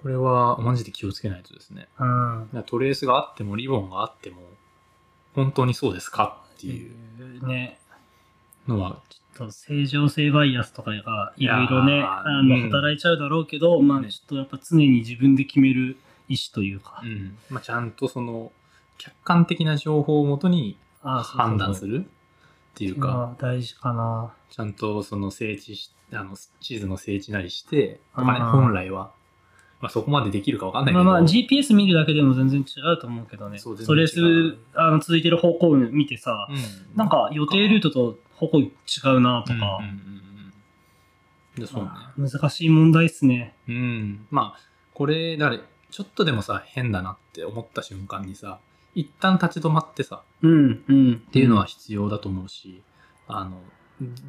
これはマジで気をつけないとですね。
うん。っ
だからトレースがあってもリボンがあっても、本当にそうですかっていう
う。ね。
のは、
ちょっと正常性バイアスとかがいろいろ
い
ね、
やー
あ
う
の、
ん
働いちゃうだろうけど、まあ
ね
ちょっとやっぱ常に自分で決める意思というか
う。ん。まあ、ちゃんとその、客観的な情報をもとに
ああそうそうそう
判断するっていうか、
ああ大事かな。
ちゃんとその整地し、あの、地図の整地なりして、とかね、
あー
本来は。まあそこまでできるかわかんないけ
まあ
ど。
まあ GPS 見るだけでも全然違うと思うけどね。
そう全
そ
然違
れ
う
する、あの、続いてる方向を見てさ、
うん、
なんか予定ルートと方向違うなと
うん、
か
うん、うんうん。でそうね。
ああ難しい問題っすね。
うん。まあ、これ、だから、ちょっとでもさ、変だなって思った瞬間にさ、一旦立ち止まってさ、
うん、うん。
っ
っ
ていうのは必要だと思うし、あの、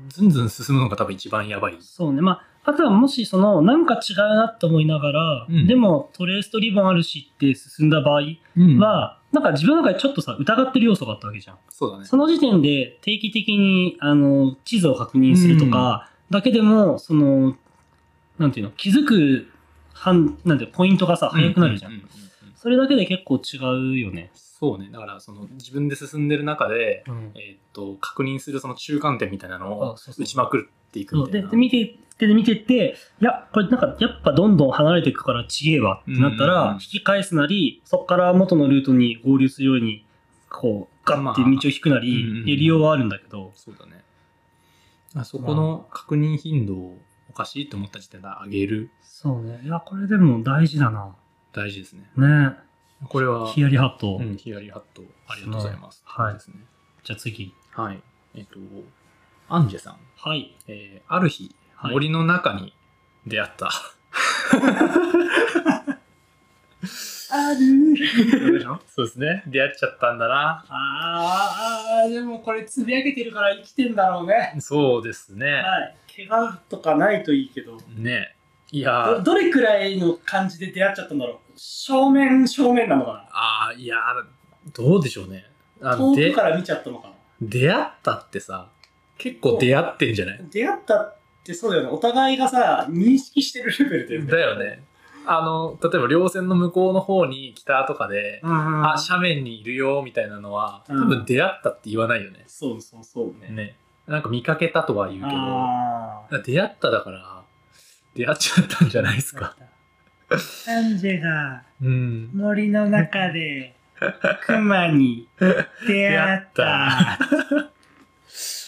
ずんずん進むのが多分一番やばい。
そうね。まあ、あとはもしその、なんか違うなと思いながら、
うん
でもトレースとリボンあるしって進んだ場合
うん
は、なんか自分の中でちょっとさ、疑ってる要素があったわけじゃん。
そうだね。
その時点で定期的に、あの、地図を確認するとか、だけでも、その、なんていうの、気づく、はんなんていうのポイントがさ、早くなるじゃん。
ううううん
それだけで結構違うよね。
そうね。だから、その、自分で進んでる中で、えーっと、確認するその中間点みたいなのを
あそうそう
打ちまくっていく
そ
み
う
たい
で
な。
で見てってで見てっていやこれなんかやっぱどんどん離れていくからちげえわって
う
なった
んうんうん
ら引き返すなりそこから元のルートに合流するようにこうガッて道を引くな
まあうんう
り
ん
やりようはあるんだけど
そうだね。あそこの確認頻度をおかしいと思った時点で上げる。
そうねいやこれでも大事だな
大事ですね。
ね
これは、
ヒヤリハット
うん、ヒヤリハット、ありがとうございます。
はい
ですね。
じゃあ次
はい。えーっと、アンジェさん。
はい
えーある日、
はい
森の中に出会 った。
ある
そうですね。出会っちゃったんだな。
あーでもこれつぶやけてるから生きてんだろうね
そうですね。
はい怪我とかないといいけど
ね。いやー
どどれくらいの感じで出会っちゃったんだろう正面正面なのか
ああ、いやー、どうでしょうね。あ
な
の
遠
で
くから見ちゃったのかな
出会ったってさ、結構出会ってんじゃない
出会ったってそうだよねお互いがさ認識してるレベルだよね
だよね。あの、例えば稜線の向こうの方に北とかで、
うん
あ、斜面にいるよみたいなのは、多
うん
分出会ったって言わないよね。
そうそうそうね
ね。なんか見かけたとは言うけど、
あ
だから出会っただから、出会っちゃったんじゃないです か。
サンジェが
うん。
森の中でクマに出
会った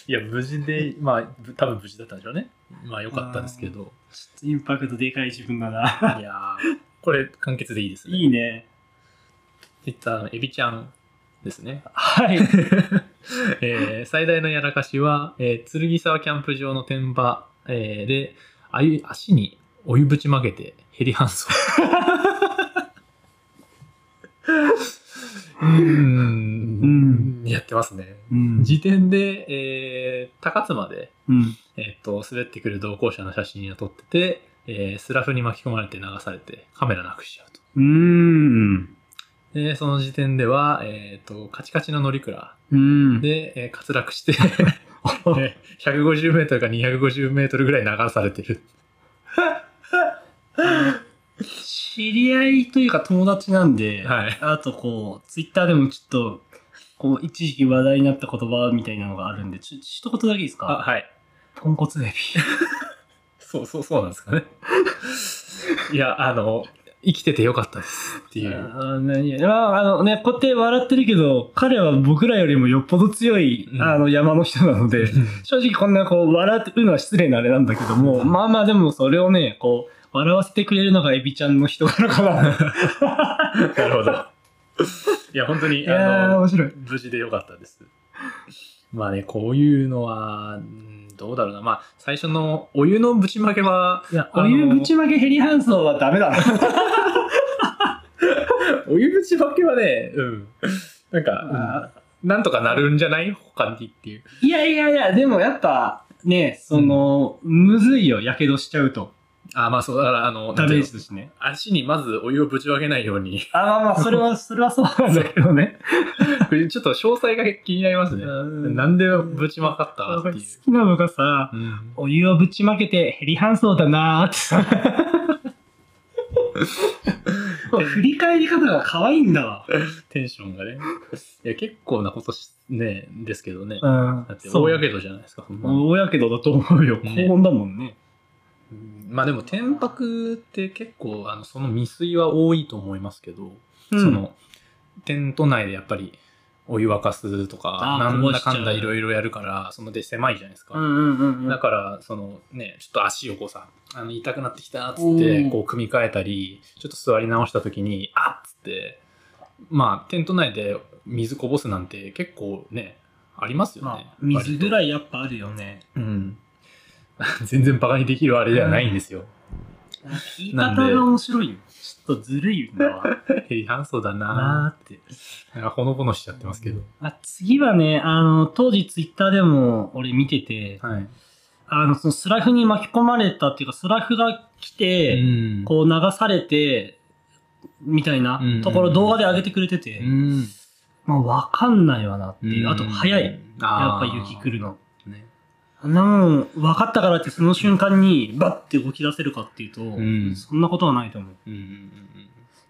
いや、無事で、まあ、ぶ多分無事だったんでしょうね。まあ、良かったんですけど。
ちょっとインパクトでかい自分だな
いやー、これ、簡潔でいいですね。
いいね
ツイッターのエビちゃんですね。
はい
えー最大のやらかしは、えー剣沢キャンプ場の天場、えーで、あゆ足にお湯ぶちまけてヘリ搬 送。うーん、やってますね。
うん
時点で、えー高津まで、
うん
えっと、滑ってくる同行者の写真を撮ってて、えースラフに巻き込まれて流されてカメラなくしちゃうと。
うん
で、その時点では、えっ、と、カチカチの乗鞍
うん
で、えー滑落 して、えー150メートルか250メートルぐらい流されてる。
知り合いというか友達なんで、
はい
あとこう、ツイッターでもちょっと、こう、一時期話題になった言葉みたいなのがあるんで、ちょ一言だけいいですか
はい。
ポンコツエビ。
そうそうそうなんですかね。 いや、あの、生きててよかったですっていう。
あー何まあ、あのね、こうやって笑ってるけど、彼は僕らよりもよっぽど強い、
うん
あの、山の人なので、正直こんなこう、笑うのは失礼なあれなんだけど も、まあまあでもそれをね、こう、笑わせてくれるのがエビちゃんの人柄か な。
なるほど。いや、本当
い
に、あ
やー、
の
面、白い。
無事でよかったです。まあね、こういうのは、うんどうだろうな。まあ、最初のお湯のぶちまけは、
いや、
あ
お
の
湯ぶちまけヘリ搬送はダメだな。
お湯ぶちまけはね、うん。なんか、なんとかなるんじゃない他にっていう。
いやいやいや、でもやっぱ、ね、その、むずいよ、やけどしちゃうと。
あ、まあそう、だから、あの、
ダメー
なんて
ジ
いう
としてね。
の足にまずお湯をぶ ちまけないように、
あ、まあまあ、それは、それはそうなんだけどね。
これちょっと詳細が気になりますね。な
なん
でぶちまかった
好
っていう。
きなのがさ、
うん
お湯をぶちまけてヘリ搬送だなーって。 こう振り返り方が可愛いんだわ。
テンションがね。いや、結構なことし、ね、ですけどね。
うん
だって、
そ
大
う
やけどじゃないですか。ほんまに
大やけどだと思うよ。
ね
高温だもんね。
うんまあでも、天白って結構、あの、その未遂は多いと思いますけど、
うん
その、テ都内でやっぱり、お湯沸かすとか、
あ
な
ー
んだか
こぼし
ん
ちゃ
だ
う
いろいろやるから、そので狭いじゃないですか。
うんうんうんうん
だから、そのね、ちょっと足をこうさ、あの痛くなってきたっつ
う
って、
ん
こう組み替えたり、ちょっと座り直した時に、あっつって、まあ、テント内で水こぼすなんて結構ね、ありますよね。
まあ、水ぐ
い。
らいやっぱあるよね。
うん。 全然バカにできるあれではないん ですよ。
言い方が面白いよ。ちょっとずるいんだわ。
ヘリ反則だなーって、なんかほのぼのしちゃってますけど。
あ次はね、あの、当時ツイッターでも俺見てて、
はい。
あの、そのスラフに巻き込まれたっていうか、スラフが来て、
うん
こう流されて、みたいな
うん
ところ動画で上げてくれてて、
うん。
まあわかんないわなっていう。
うん
あと早い。やっ
あ
ぱ
ー
雪来るの。
ね
なん、分かったからってその瞬間にバッて動き出せるかっていうと、
ん
そんなことはないと思う。
うんうん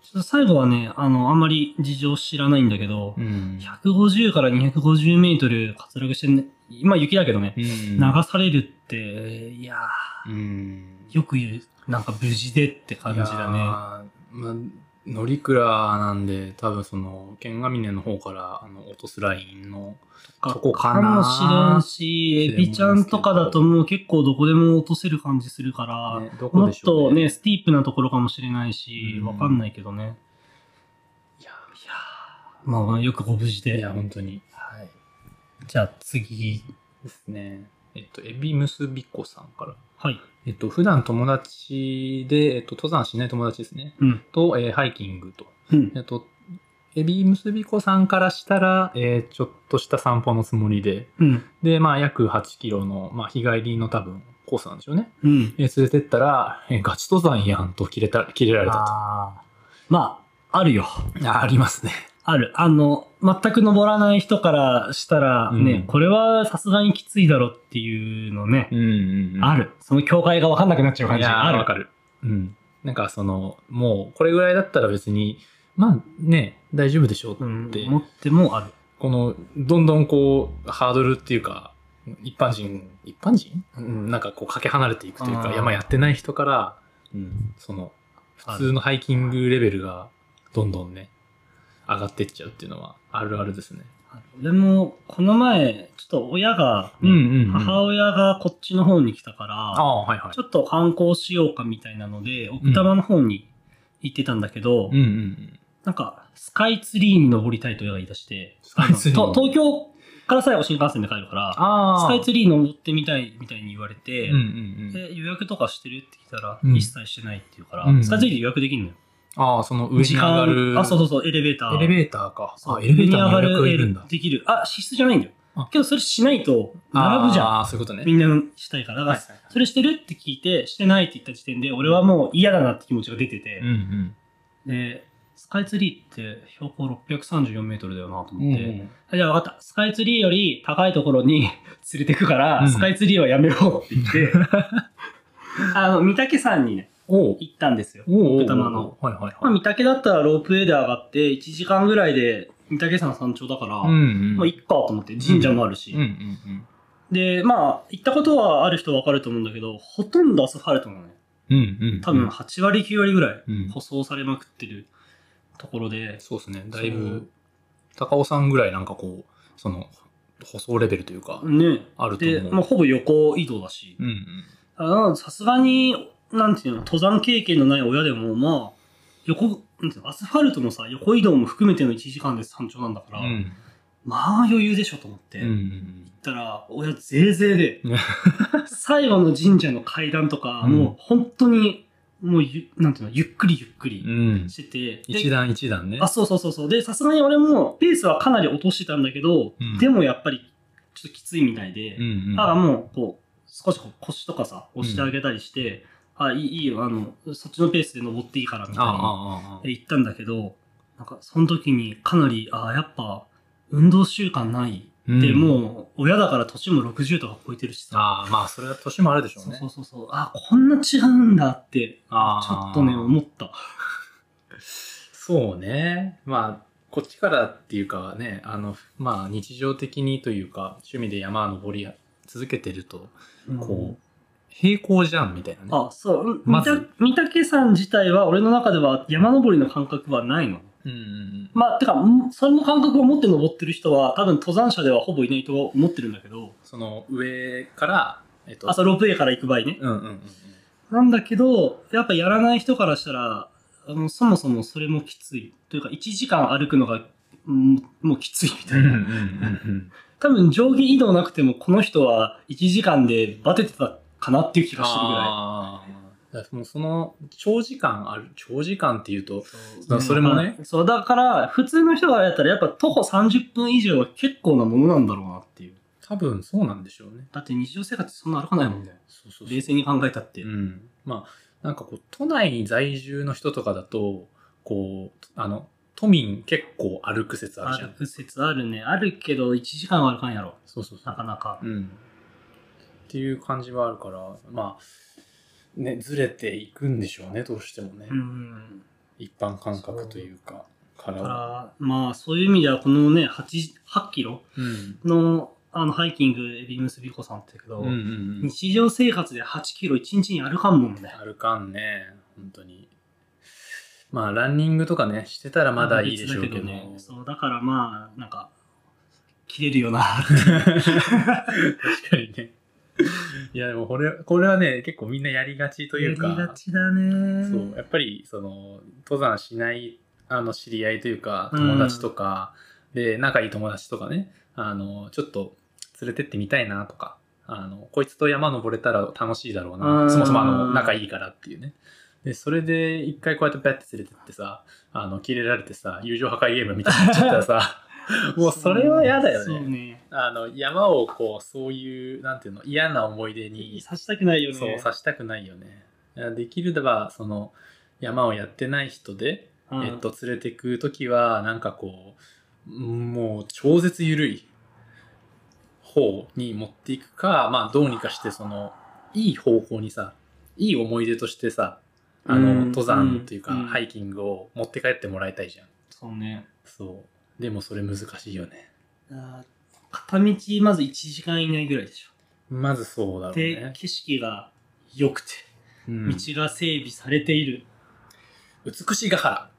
ちょっと最後はね、あの、あんまり事情知らないんだけど、
うんうん。うん
150から250メートル滑落して、ね、今雪だけどね、
うん
流されるって、いや
うん
ー、よく言う、なんか無事でって感じだ
いや
ね。
ーまあ、乗鞍なんで、多分その、剣ヶ峰の方から、あの、落とすラインの、
か
そこかな
かもしれんし、エビちゃんとかだともう結構どこでも落とせる感じするから、
ね、どこ
もっ
でしょ
と
うね。
ね、スティープなところかもしれないし
う、ん
わかんないけどね。
いや
いやーまあまあよくご無事
ー、い
で
や、。本当に。はい。
じゃあ次。
ですね。えっと、エビムスビコさんから。
はい。
えっと、普段友達で、えっと、登山しない友達ですね。
うん。
と、えーハイキングと。
うん
え。っと、エビムスビコさんからしたら、えーちょっとした散歩のつもりで、
うん。
で、まあ、約8キロの、まあ、日帰りの多分、コースなんでしょうね。
うん。
えー連れてったら、えーガチ登山やんと切れた、切れられた
あーまあ、あるよ。
と。あありますね。
ある。あの、全く登らない人からしたらね、
うん
これはさすがにきついだろっていうのね、
うんうん、
ある。その境界がわかんなくなっちゃう感
い
じ。
やー
あ
わ
る。
かる。うん。なんかその、もうこれぐらいだったら別に、まあね、大丈夫でしょうって、
うん、持ってもある。
この、どんどんこう、ハードルっていうか、一般人、一般人、うん、なんかこう、かけ離れていくという
あ
か、
ー
山やってない人から、うん、その、普通のハイキングレベルが、どんどんね、上がってっちゃうっていうのは、あるあるですね。
俺も、この前、ちょっと親が、
ん
母親がこっちの方に来たから、
ああー、はいはい
ち。ょっと観光しようかみたいなので、奥多摩の方に行ってたんだけど、
うんうんうん。
なんか、スカイツリーに登りたいと親が言い出して、
スカイツリー
あのと東京から最後新幹線で帰るから、
あ
スカイ
リ
ツリー登ってみたいみたいに言われて、
うんうんうん。
で予約とかしてるって聞いたら、
うん
一切してないって言うから、
うん
スカイツリーで予約できるのよ。
ああ、その上に
時
上
間
がる。
あ、そうそうそう、エレベーター。
エレベ
ー
ーターか。あ、エレベーターの予約がいるんだ。
できる。あ、必須じゃないんだよ
あ。
けどそれしないと、並ぶじゃん。
ああ、そういうことね。
みんなしたいから。だ
は
か
い
ら
はいはい
それしてるって聞いて、してないって言った時点で、俺はもう嫌だなって気持ちが出てて
うん、うん。
で、スカイツリーって標高634メートルだよなと
う
思って、
ん
あじゃあ分かった。スカイツリーより高いところに 連れてくから、
うん
スカイツリーはやめようって 言って、あの、三宅山にね、
おう
行ったんですよ。
おうおう
奥多摩の。
はいはい
まあ、
はい。
三宅だったらロープウェイで上がって、1時間ぐらいで三宅山山頂だから、
うんうん。
まあ、いっかと思って、神社もあるし、
うんうんうん。
で、まあ、行ったことはある人はわかると思うんだけど、ほとんどアスファルトのね、
うんうん。
多分8割9割ぐらい
うん
舗装されまくってるところで、
そうですね。だいぶ、高尾さんぐらいなんかこう、その、舗装レベルというか、
ね、
あると
で、
思
まあ、
う。
ほぼ横移動だし
う、んうん。
あのさすがに、なんていうの、登山経験のない親でも、まあ、横、なんていうの、アスファルトのさ、横移動も含めての1時間で山頂なんだから、
うん
まあ余裕でしょと思って、
うんうんうん。
ったら、親ぜいぜ いで
ね、
最後の神社の階段とか、
うん
もう本当に、もうゆ、なんていうの、ゆっくりゆっく
う
り
ん。
してて、で
一段一段ね。
あ、そうそうそうそう。で、さすがに俺もペースはかなり落としてたんだけど、
うん
でもやっぱりちょっときついみたいで、
うんうん。
あもう、こう、少しこう腰とかさ、押してあげたりして、あ、いいいいよ、あの、そっちのペースで登っていいから、みたい
ああ
な。
ああああ
で行ったんだけど、なんかその時にかなり、ああ、やっぱ運動習慣ない。
うん
で、もう親だから年も60とか超えてるしさ。
ああ、まあ、それは年もあるでしょう
そう
ね
そ。うそうそう。ああ、こんな違うんだって、ち
ああ
ょっとね、思った。
そうね。まあ、こっちからっていうかね、あの、まあ、日常的にというか、趣味で山登り続けてると、こう、平行じゃんみたいなね。
あ、そう。うん
ま
三
ず
た三宅さん自体は、俺の中では山登りの感覚はないの。
うんうんうん。
まあ、てか、んそれの感覚を持って登ってる人は、多分登山者ではほぼいないと思ってるんだけど、
その上から、えっと、
あ、そう、ロープウェイから行く場合ね。
うんうんうんうん。
なんだけど、やっぱやらない人からしたら、あのそもそもそれもきつい。というか、1時間歩くのが、うんもうきついみたいな。多分上下移動なくても、この人は1時間でバテてたかなっていう気がしてるぐらい。
あーだからもうその長時間ある長時間っていうと
そう
だからそれもね。
そう、だから、普通の人がやったら、やっぱ徒歩30分以上は結構なものなんだろうなっていう。
多分そうなんでしょうね。
だって日常生活そんな歩かないもんね。
そうそうそう
冷静に考えたって。
うん、まあなんかこう都内に在住の人とかだとこうあの都民結構歩く説あるじゃん
歩。く説あるね。あるけど、1時間は歩かんやろ。
そうそうそ
な
う。
かなか。
うん、っていう感じはあるからまあねずれていくんでしょうねどうしてもね、
うん。
一般感覚というかか
だ
ら
か
は。
ら、まあ、そういう意味では、このね、8、8キロ
うん
の、あの、ハイキング、エビムスビコさんって言うけど、
うんうんうん、
日常生活で8キロ1日に歩かんもんね。
歩かんね本当にまあランニングとかねしてたらまだいいでしょうけど
別だねそう、だからまあ、なんか、切れる よな。
確かにね。いや、でもこれ、これはね、結構みんなやりがちというか、
やりがちだね。
そう、やっぱり、その、登山しない、あの、知り合いというか、
うん
友達とか、で、仲いい友達とかね、あの、ちょっと連れてってみたいなとか、あの、こいつと山登れたら楽しいだろう
う
な、
ん
そもそもあの、仲いいからっていうね。で、それで、一回こうやってペッて連れてってさ、あの、キレられてさ、友情破壊ゲームみたいになっちゃったら さ、もうそれは嫌だよ
そ
ね
う。ね。
あの山をこうそういうなんていうの嫌な思い出に、
刺したくないよね。
そうさしたくないよねだからできるではその山をやってない人で、
うん
えっと、連れてく時はなんかこううんもう超絶緩い方に持っていくかまあどうにかしてそのいい方向にさいい思い出としてさあ
うん
の登山というか、
うん
ハイキングを持って帰ってもらいたいじゃん
そうね。
そうでもそれ難しいよね
あー片道まず1時間以内ぐらいでしょ。
まずそうだろう
で
ね、、
景色が良くて、
うん
道が整備されている。
美しが原。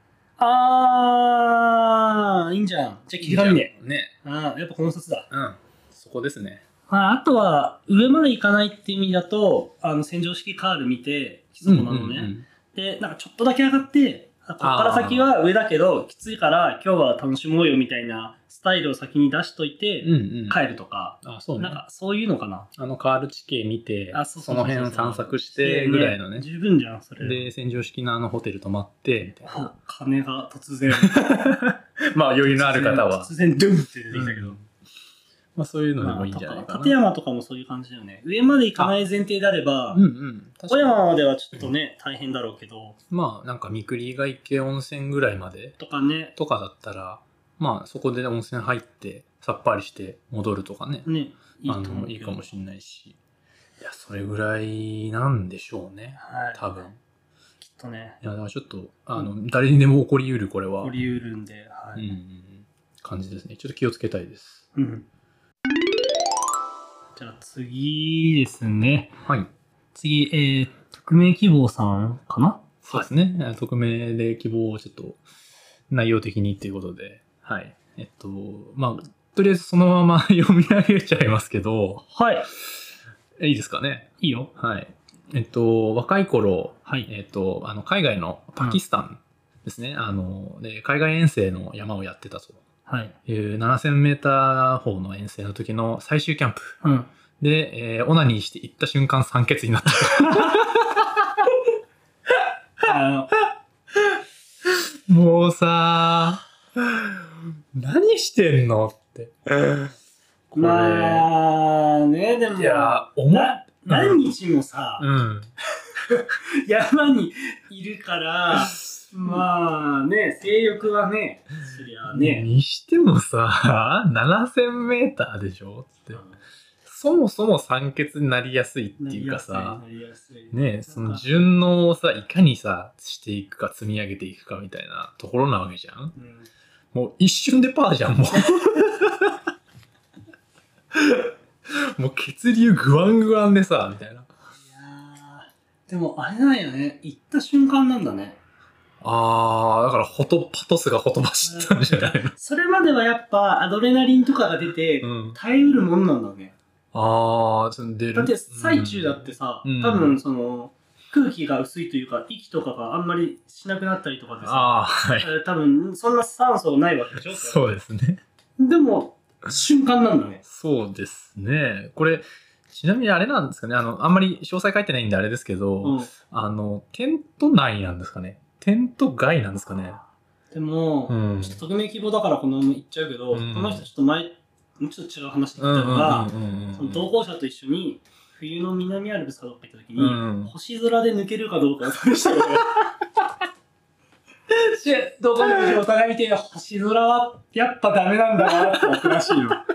あー、いいんじゃん。じゃあ切り紙で。
ね。
あーやっぱこの冊だ。
うん。そこですね。
まあ、あとは、上まで行かないって意味だと、あの、洗浄式カール見て、基礎なのね。で、なんかちょっとだけ上がって、あこっから先は上だけど、きついから今日は楽しもうよみたいなスタイルを先に出しといて
うん、うん。
帰るとか、
あ、そうね
なん。かそういうのかな。
あのカール地形見て
あ、そうそ
そうの
そうそう
辺散策してぐらいのね。
十分じゃん、それ。
で、洗浄式のあのホテル泊まって、みたいな。
あ金が突然。
まあ 余裕のある方は。
突然、ドゥンって出てきたけ
う
ど
ん。まあそういうので
ま
も
あ
いいんじゃない
と
か
立
な。
山とかもそういう感じだよね。上まで行かない前提であれば
うん、うん。確
小
かに
山まではちょっとね、大変だろうけど、
まあなんか三栗が池温泉ぐらいまで
とかね、
とかだったら、まあそこで温泉入って、さっぱりして戻るとかね。
ね、いいと
あ
思
の
う
い
け
い
ど。
かもしれないしいやそれぐらいなんでしょうね
はい。
多分い
きっとね、
やだからちょっとあの、誰にでも起こりうるこれは
起こりうるんで、は
うんう
い。
んうん感じですねちょっと気をつけたいです
うん。じじゃあ次ですね。
はい。
次、えー、匿名希望さんかな
そうですね。あの匿名で希望をちょっと内容的にということで。はい。えっと、まあ、とりあえずそのま ま読み上げちゃいますけど、
はい。
えいいですかね。
いいよ。
はい。えっと、若い頃、
はい。
えっと、あの海外のパキスタンですね、あので、海外遠征の山をやってたと
はい。
いう7000メーター方の遠征の時の最終キャンプ
うん。
で、えーオナニーして行った瞬間酸欠になった。
あ
もうさ、何してんのって。これ、
の、まあね、でも、
いや、思っ
な何日もさ、
うん。
山にいるから、まあね、性欲はね、そりゃね。
にしてもさ、7000メーターでしょって。そもそも酸欠になりやすいっていうかさ、
なりやすい、なりやすい
ねその順応をさ、いかにさ、していくか積み上げていくかみたいなところなわけじゃん。
うん
もう一瞬でパーじゃん、 もう。もう血流グワングワンでさ、みたいな。
いやーでもあれなんよね行った瞬間なんだね
あー、だからほと、パトスがほとばしったんじゃないの
それまではやっぱアドレナリンとかが出て、
うん。
耐えうるもんなんだね
あー、その出る。
だって最中だってさ、
うん
多分その空気が薄いというか息とかがあんまりしなくなったりとかでさ
あー、はい。
えー多分そんな酸素ないわけでしょ
そうですね。
でも瞬間なんだね
そうですね。これ、ちなみにあれなんですかね。あの、あんまり詳細書いてないんであれですけど、
うん
あの、テント内なんですかね。テント外なんですかね。
でも、
うん
ちょっと匿名希望だからこのまま言っちゃうけど、
うん
この人ちょっと前もうちょっと違う話で
う
言
ん
っ
う
た
ん
のが、
うんうん
その同行者と一緒に冬の南アルプスかどっか行った時に、
うん
星空で抜けるかどうかを 試したのよでどこでお互い見て星空はやっぱダメなんだなって思ったらしいよだ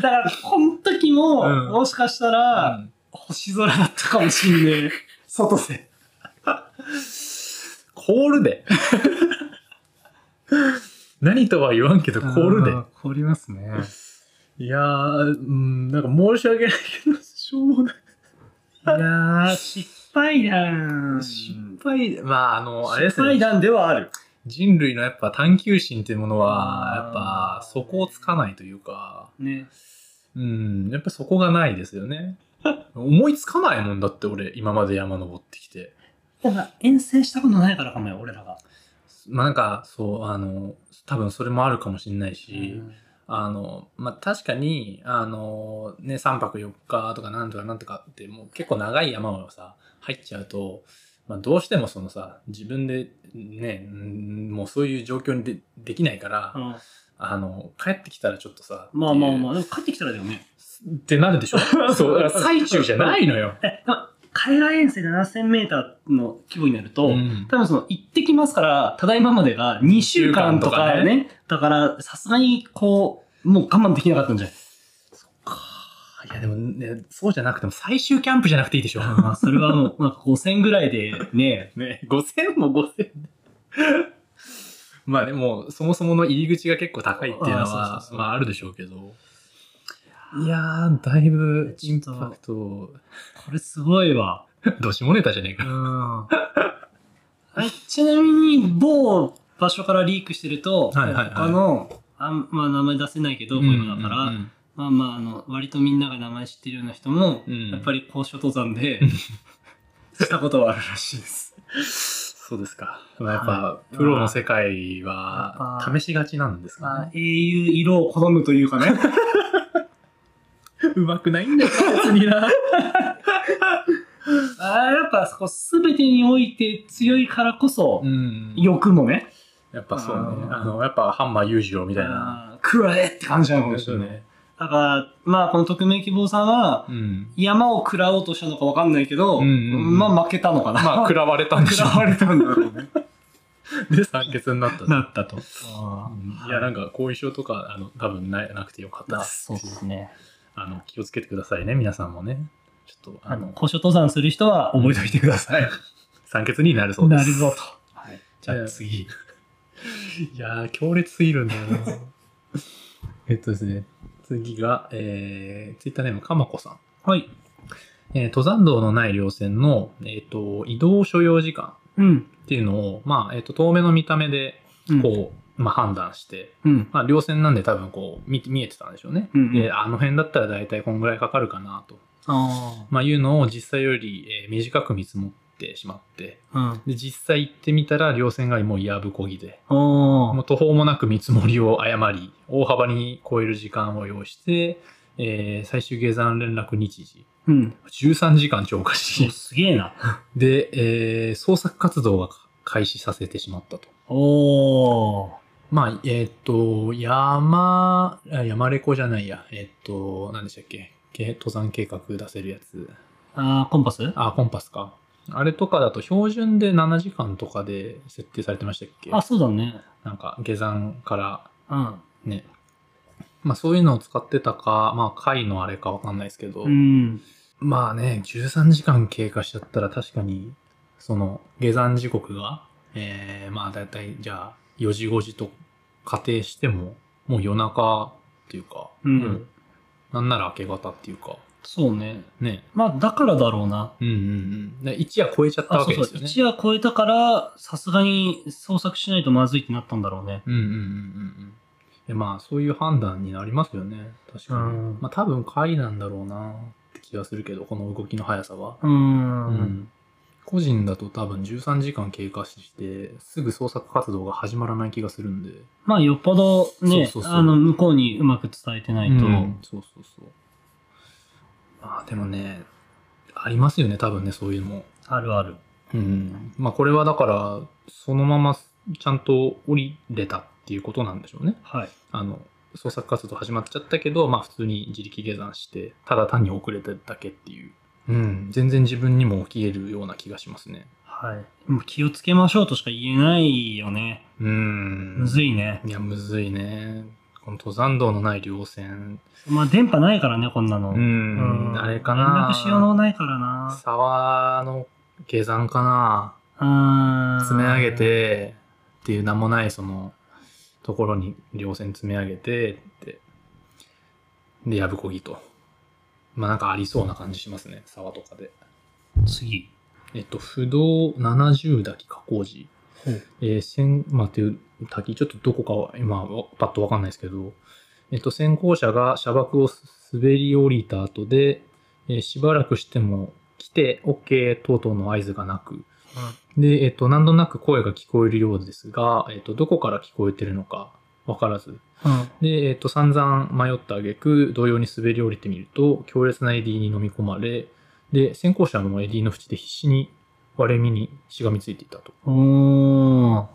からこの時も、
うん
もしかしたら、
うん
星空だったかもしんねえ外せ
コールで。 何とは言わんけど、コールで。
凍りますね
いやー、うん、なんか申し訳ないけど、しょうもない。
いやー失敗談
失敗、まあ、あの、あれです
失敗
ね。
談ではある
人類のやっぱ探求心っていうものは、
あー
やっぱ、そこをつかないというか、
ね
うん、やっぱそこがないですよ ね。思いつかないもんだって、俺、今まで山登ってきて。
だから遠征したことないからかもよ俺らが、
まあなんか、そう、あの、多分それもあるかもしれないし、あの、まあ、確かに、あの、ね、3泊4日とかなんとかなんとかって、もう結構長い山をさ、入っちゃうと、まあ、どうしてもそのさ、自分でね、うんもうそういう状況にでできないから、
うん
あの、帰ってきたらちょっとさ、
まあまあま
あ。
あ、でも帰ってきたらだよね。
ってなる でしょそう、だから最中じゃないのよ。
え、でも海外遠征で7000メーターの規模になると、
ん
多分その、行ってきますから、ただいままでが2週間と
二
か
週間とか
ね。だから、さすがにこう、もう我慢できなかったんじゃない
いやでも、ね、そうじゃなくても最終キャンプじゃなくていいでしょ
まあ、それはもう、なんか5000ぐらいでね、
ね、5000も5000で。まあでも、そもそもの入り口が結構高いっていうの
あーそう
は
そう、そう
まああるでしょうけど。いやー、だいぶインパクト、
これすごいわ。
どしもネタじゃねえ
う
か。
ん。はいちなみに、某場所からリークしてると、
はいはいはい
他の、あんまあ名前出せないけど、こういうのだから、
うん
まあまあ、あの、割とみんなが名前知ってるような人も、
うん
やっぱり高所登 山で、したことはあるらしいです。
そうですか。まあ、やっ
は
ぱ、プロの世界は
やっぱ
試しがちなんですか
まあ
ね。、
英雄色を好むというかね。
うまくないんだよ、別にな。
あーやっぱそこ全てにおいて強いからこそ、
うん。
欲もね、
やっぱそうね
あ。ー
あの、やっぱハンマー裕次郎みたいな。
あー食らえって感じなのかもし
そ
れ
う
ない。
ね。
だから、まあ、この匿名希望さんは、
うん。
山を食らおうとしたのかわかんないけど、
うんうんうん
まあ負けたのかな。
まあ、食らわれたんでし
食
ょ
らわれたんだろうね。
う。で、酸欠に なった。
なったと。
いや、なんか、後遺症とか、あの、多分ななくてよかったです。
そうですね。
あの、気をつけてくださいね、皆さんもね。ちょっと、あ
あの、
の、
高所登山する人は覚えておいてください。
酸欠になるそうです。
なるぞと。
じゃあ次。 いやー、強烈すぎるんだよな。えっとですね、次が、えー、ツイッターネーム、かまこさん。
はい。
えー登山道のない稜線の、えっ、と、移動所要時間
うん。
っていうのを、まあ、えっ、と、遠目の見た目で、
うん
こう、まあ、判断して、
うん。
まあ、稜線なんで多分こう見見えてたんでしょうね、
うんうん
であの辺だったら大体こんぐらいかかるかなと、
あ
まあ、いうのを実際より、えー短く見積もってしまって
あ。うん。
で実際行ってみたら稜線がもうやぶこぎで
あ
も
あ。
う途方もなく見積もりを誤り大幅に超える時間を要して、えー最終下山連絡日時
うん。
13時間超過
お
し
すげえな。
で、えー捜索活動が開始させてしまったと。
おー。
まあ、えーっ、と、山、あ山レコじゃないや。えーっ、と、何でしたっけけ登山計画出せるやつ。
あーコンパスあ
あ、コンパスか。あれとかだと標準で7時間とかで設定されてましたっけ
そうだね。
なんか下山から
うん。
ね。まあそういうのを使ってたか、まあ回のあれかわかんないですけど、
うん。
まあね、13時間経過しちゃったら確かに、その下山時刻が、えー、まあだいたいじゃあ4時5時と仮定しても、もう夜中っていうか、
うん
なんなら明け方っていうか、
そうね。
ね。
まあ、だからだろうな。
うんうんうん。で一夜超えちゃった
あ、
わ
そ
け
う
で
そう
す。よね。
一夜超えたから、さすがに捜索しないとまずいってなったんだろうね。
うんうんうんうんうん。でまあそういう判断になりますよね。確かに。
うん
まあ多分回なんだろうなって気がするけど、この動きの速さは。
うーん。
うん個人だと多分13時間経過してすぐ捜索活動が始まらない気がするんで、
まあ、よっぽどね、
そうそうそう
あの、向こうにうまく伝えてないと。
うんそうそうそうまあでもねありますよね多分ねそういうのも、
あるある。
うん、まあこれはだからそのままちゃんと降りれたっていうことなんでしょうね
はい。
あの捜索活動始まっちゃったけどまあ普通に自力下山してただ単に遅れただけっていう、うん、全然自分にも起きえるような気がしますね
はい。もう気をつけましょうとしか言えないよね。
うん
むずいね。
いや、むずいね。この登山道のない稜線。
まあ、電波ないからね、こんなの。
う
うん
ん、あれかな。
連絡しようのないからな。
沢の下山か
あ
な。
ー
詰め上げ。て、っていう名もないその、ところに稜線詰め上げて、って。で、やぶこぎと。まあなんかありそうな感じしますね。沢とかで。
次。
えっと、不動70滝加工時。
ほう
えー、先、まあ、という滝、ちょっとどこかは今、わパッとわかんないですけど、えっと、先行者が砂漠を滑り降りた後で、えーしばらくしても来て OK 等々の合図がなく、で、えっと、何となく声が聞こえるようですが、えっと、どこから聞こえてるのかわからず、
うん。
で、えっと、散々迷った挙句、同様に滑り降りてみると、強烈なエディに飲み込まれ、で、先行者もエディの縁で必死に割れ目にしがみついていたと。
おー。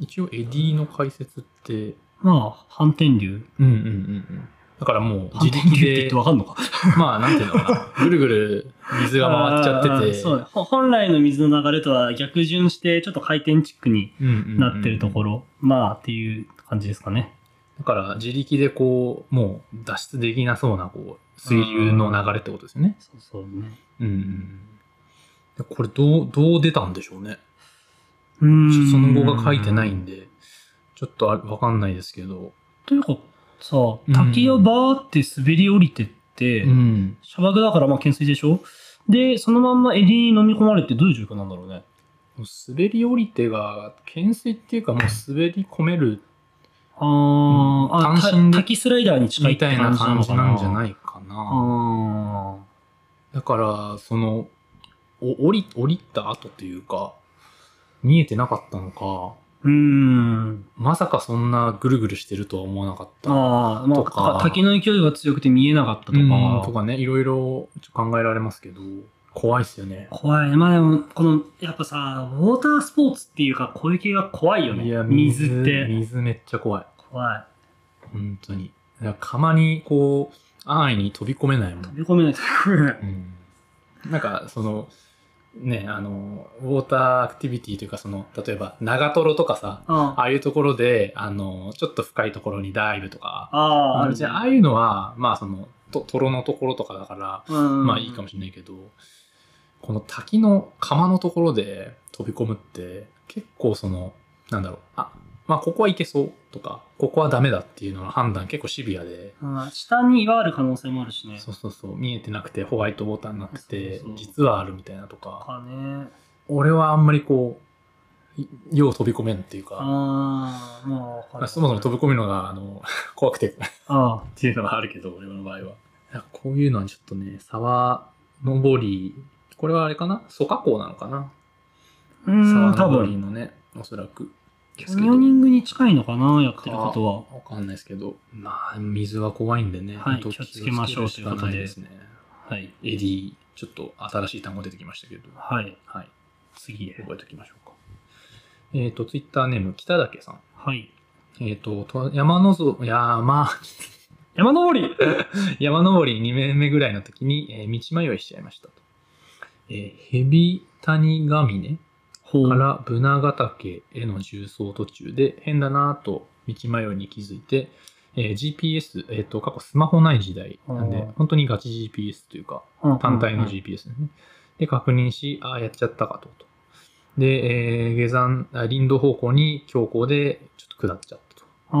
一応エディの解説って、
まあ、反転流。
うんうんうんうん。だからもう
反
自
転
力
流って言って
で、
わかんのか
まあなんていうのかな、ぐるぐる水が回っちゃってて、
そうねほ本来の水の流れとは逆順して、ちょっと回転チックに
うんうんうん
なってるところ。まあ、っていう感じですかね。
だから自力でこう、もう脱出できなそうなこう水流の流れってことですよね。
そうそうね。
うんうんうん。これどう、どう出たんでしょうね。
うーん
その後が書いてないんで、ちょっとあわかんないですけど。
というか、さ
ん、
滝をバーって滑り降りてって、
ん。
砂漠だからまあ懸垂でしょで、そのまんまエディに飲み込まれてどういう状況なんだろうね。
滑り降りてが、懸垂っていうかもう滑り込める
あー、あ
単身
た
で
滝スライダーに近いっ
み
て
たいな
感じな
感
の
じ
か
な
な。
んじゃないいか
あ
な。
ー。
だから、その、お降り、降りた後というか、見えてなかったのか、
うーん。
まさかそんなぐるぐるしてるとは思わなかった。
ああ、ま
と
あ
か
た、滝の勢いが強くて見えなかったと
と
か。
か、とかね、いろいろちょっと考えられますけど、怖いっすよね。
怖い。まあでも、この、やっぱさ、ウォータースポーツっていうか、小池が怖いよね。
いや、
水
水
って。
水めっちゃ怖い。
怖い。
本当に。だからかまに、こう、安易に飛び込めないもん。
飛び込めない、飛び込めな
う
い。
ん、なんか、その、ね、あの、ウォーターアクティビティというか、その、例えば、長瀞とかさ、
ああ、
ああいうところで、あの、ちょっと深いところにダイブとか、
ああ、ある
じ
じ
ゃ
ゃ
ああ
ん。
あいうのは、まあ、その、と泥のところとかだから、
ま
まあいいかもしれないけど、この滝の釜のところで飛び込むって、結構その、なんだろう、あ、まあ、ここはいけそうとか、ここはダメだっていうのの判断結構シビアで、
うん下に岩ある可能性もあるしね。
そうそうそう、見えてなくてホワイトボタンになってて、
そうそう
実はあるみたいなとか、
かね。
俺はあんまりこう、いよう飛び込めんっていうか、
ああ、まあわか
まあ
る。
そもそも飛び込むのが、あの、 怖くて
あ
っていうのはあるけど、俺の場合は。いやこういうのはちょっとね、沢登り、これはあれかな蘇加工なのかな
あ。うん、多
沢登り
分。
のね、おそらく。
キャニオニングに近いのかな、やってることは。
わかんないですけど、まあ、水は怖いんでね、
はい
本当
気をつけましょうということで
気をつけるしかないですね。
はい。
エディ、ちょっと新しい単語出てきましたけど、
はい。
はい、
次へ。
覚えておきましょうか。えっ、と、ツイッターネーム、北岳さん。
はい。
えっ、とと、山のぞ、山、
山登り
山登り2面目ぐらいの時に、えー道迷いしちゃいましたと。えー、ヘビ谷ヶ峰
ほ
か
う。
らブナヶ岳への重走途中で変だなぁと道迷いに気づいて、えー GPS、えっ、と、過去スマホない時代なん
う
で
ん、
本当にガチ GPS というか、単体の GPS ですね。で、確認し、ああ、やっちゃったかと。とで、えー下山、あ林道方向に強行でちょっと下っちゃったと。
あ
う
あ。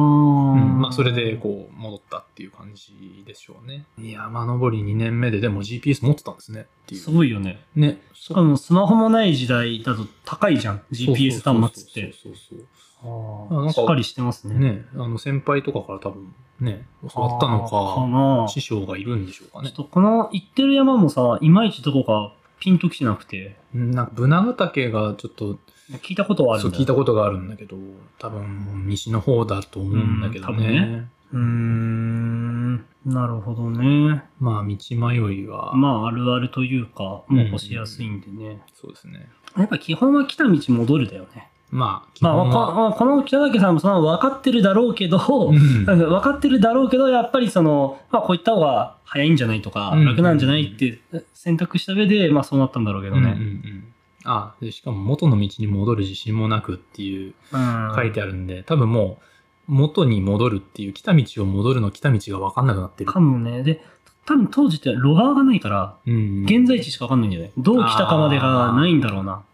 んまあ、それでこう戻ったっていう感じでしょうね。山登り2年目ででも GPS 持ってたんですねっていう
す。ごいよね。
ね、
しかもスマホもない時代だと高いじゃん。GPS 端末って。
そうそうそう
あ
あなん
ー
か
しっかりしてます
そう
ね。
ね、あの先輩とかから多分ね、教わった
あーか
の
な
か、師匠がいるんでしょうか
ちょ
ね
っ。とこの行ってる山もさ、いまいちどこかピンときてなくて、
うんなんか、ブナヶ岳がちょっと、
聞いたことはある
そう
んだ
聞いたことがあるんだけど、多分西の方だと思うんだけど
うん多分
ね。
うーん、なるほどね。
まあ、道迷いは、
まあ、あるあるというか、もう越しやすいんでね。
そうですね。
やっぱ基本は来た道戻るだよね。
まあ、基
まあ
本
わ
は、
か、わこの北岳さんもその分かってるだろうけど、
うん
なんか分かってるだろうけど、やっぱりその、まあこういった方が早いんじゃないとか、
うん
楽なんじゃないって選択した上で、まあそうなったんだろうけど
うんうんう
ね。
んあでしかも元の道に戻る自信もなくっていう
うん
書いてあるんで、多分もう元に戻るっていう来た道を戻るの来た道が分かんなくなってる
か、もね。で、多分当時ってロガーがないから、
うん、
現在地しか分かんないんじゃないどう来たかまでがないんだろうな。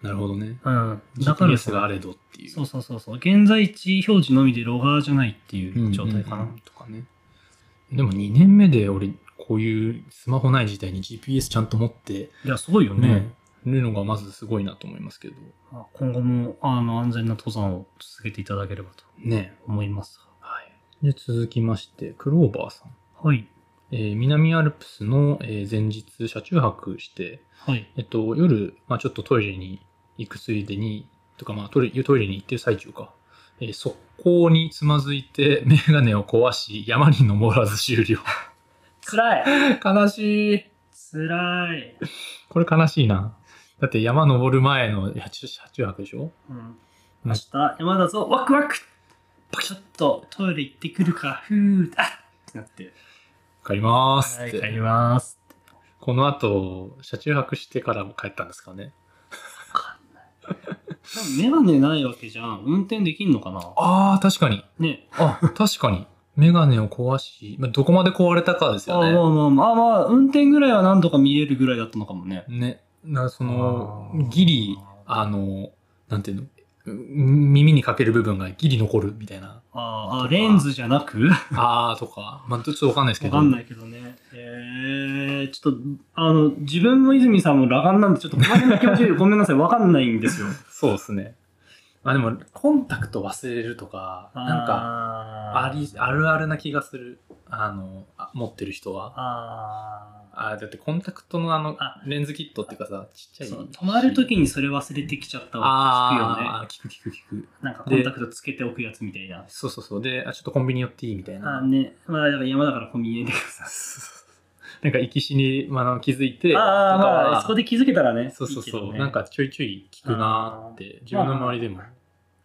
なるほどね
うん。だから
GPS があれどっていう
そうそうそうそう。現在地表示のみでロガーじゃないっていう状態か
うんうん
な
う。んとかねでも2年目で俺こういうスマホない時代に GPS ちゃんと持って
いや、すごいよね。
ね、るのがまずすごいなと思いますけど
まあ今後も、あの、安全な登山を続けていただければと
ね
思います。
はいで続きましてクローバーさん
はい。
えー南アルプスの、えー前日車中泊して、
はい。
えっと、夜、まあ、ちょっとトイレに行くついでにとか、まあ、トイレトイレに行ってる最中か、えー速攻につまずいてメガネを壊し山に登らず終了
辛い。
悲しい
辛い。
これ悲しいなだって山登る前のいやちょ車中泊でしょ
うん。明日、山だぞ、ワクワクパキッとトイレ行ってくるか、ふーあっってなって。
帰りまーす
は
っ
い、
て、
帰ります。
この後車中泊してからも帰ったんですかね
多分メガネないわけじゃん。運転できんのかな
ああ確かに
ね。
あ確かにメガネを壊し、まあ、どこまで壊れたかですよね
あまあまあまあ、まあ、運転ぐらいはなんとか見えるぐらいだったのかもね。
ね、なその
あー
ギリあのなんていうのう耳にかける部分がギリ残るみたいな
あーあー、レンズじゃなく
あーとか、まあ、ちょっとわかんないですけ
わ
ど
かんないけどね。えー、ちょっと、あの、自分も泉さんも裸眼なんで、ちょっとこの辺の気持ち、 ごめんなさい、わかんないんですよ。
そうですねあでもコンタクト忘れるとか なんかあ
あー
りあるあるな気がするあのあ持ってる人は
あー
あーだってコンタクトのあの
あ
レンズキットっていうかさちっちゃい
そう泊まる時にそれ忘れてきちゃったわ聞くよね
ああ聞く聞く聞く
なんかコンタクトつけておくやつみたいな
そうそうそうであちょっとコンビニ寄っていいみたい
あ
な
ーねまあだから山だからコンビニでくださ
なんか生き死に、まああの、気づいて
いああ
とかは
まあそこで気づけたらね
そうそうそう
いいけどね
なんかちょいちょい聞くなーって自分の周りでも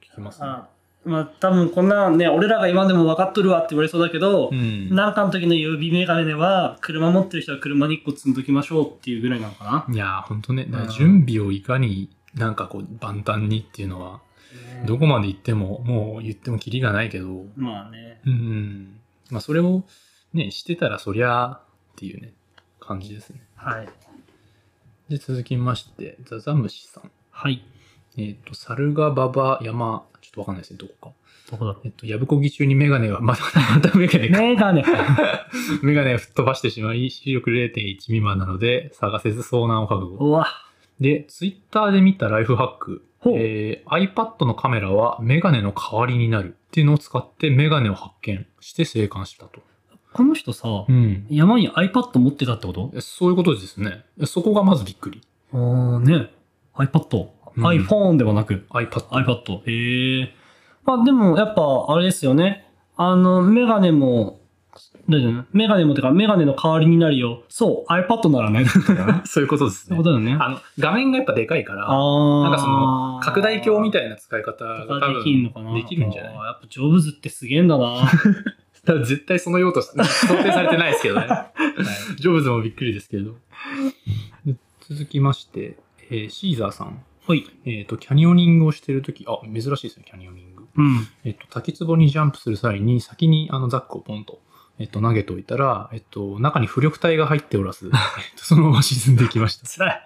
聞きますね、
あーまあ多分こんなね俺らが今でも分かっとるわって言われそうだけど、
うん
なんかの時の指眼鏡では車持ってる人は車に1個積んどきましょうっていうぐらいなのかない
やーほんとねだから
うん
準備をいかになんかこう万端にっていうのはどこまで行ってももう言ってもキリがないけど
まあね
うんまあそれをねしてたらそりゃーっていうね感じですね
はい
で続きましてザザムシさん
はい
えっ、と、サルガババ山、ちょっとわかんないですね、どこか。
どこだろ
えっと、やぶこぎ中にメガネは、 また、またメガネか。
う。メ ガネ。
メガネを吹っ飛ばしてしまい、視力0.1未満なので、探せず遭難を覚悟。
うわ。
で、ツイッターで見たライフハック。
ほう
えー、iPad のカメラはメガネの代わりになるっていうのを使ってメガネを発見して生還したと。
この人さ
う、ん。
山に iPad 持ってたってこと
えそういうことですね。えそこがまずびっくり。
あーね。iPad。
うん
iPhone ではなく、
iPad。
iPad。へえ。まあでも、やっぱ、あれですよね。あの、メガネも、大丈夫メガネもてか、メガネの代わりになるよ。そう、iPad な らね。そういう
そういうことですね
こ。とだよね。
あの、画面がやっぱでかいから、
あ
なんかその、拡大鏡み
たい
たいな使い方が多
できるのかな
分できるんじゃない
あーやっぱジョブズってすげえんだな。
ただ絶対その用途し、想定さ れてないですけど ね。ジョブズもびっくりですけれど。で続きまして、えーシーザーさん。
はい。
えっ、と、キャニオニングをしてるとき、あ、珍しいですね、キャニオニング。
うん。
えっ、と、滝壺にジャンプする際に、先にあのザックをポンと、えっ、と、投げておいたら、えっ、と、中に浮力体が入っておらず、えっとそのまま沈んでいきました。
辛い。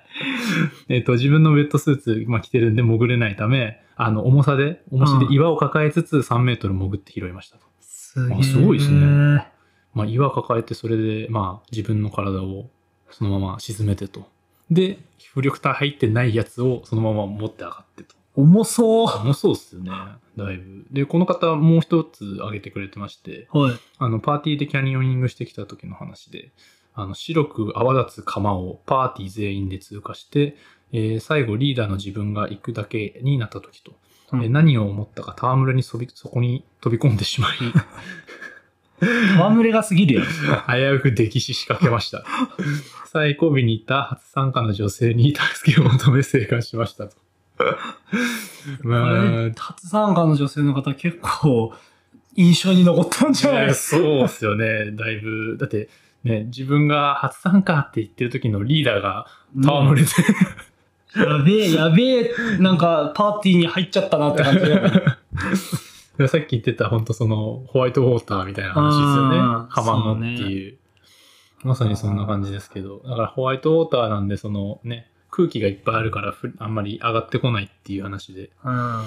えっ、と、自分のウェットスーツ、まあ、着てるんで潜れないため、あの、重さで、重しで岩を抱えつつ3メートル潜って拾いましたと。
すげえ。
あすごいですね。まあ、岩抱えてそれで、まあ、自分の体をそのまま沈めてと。で、浮力体入ってないやつをそのまま持って上がってと。
重そう。
重そうっすよね。だいぶ。で、この方もう一つ挙げてくれてまして、
はい。
あの、パーティーでキャニオニングしてきた時の話で、あの、白く泡立つ釜をパーティー全員で通過して、えー最後リーダーの自分が行くだけになった時と、
うん
えー何を思ったか戯れにそびそこに飛び込んでしまい、
戯れが過ぎるよ。
危うく溺死しかけました。最後尾にいた初参加の女性に助けを求め生還しましたと。まあ、
初参加の女性の方結構印象に残ったんじゃない
ね
です
そうっすよね、だいぶ。だって、ね、自分が初参加って言ってる時のリーダーが
か。
戯れて、
やべえ、やべえ、なんかパーティーに入っちゃったなって感じだよ ね
さっき言ってた本当そのホワイトウォーターみたいな話ですよ
あ
ね。
ー
カバンのっていう。まさにそんな感じですけど。だからホワイトウォーターなんで、そのね、空気がいっぱいあるからふあんまり上がってこないっていう話で。
うん。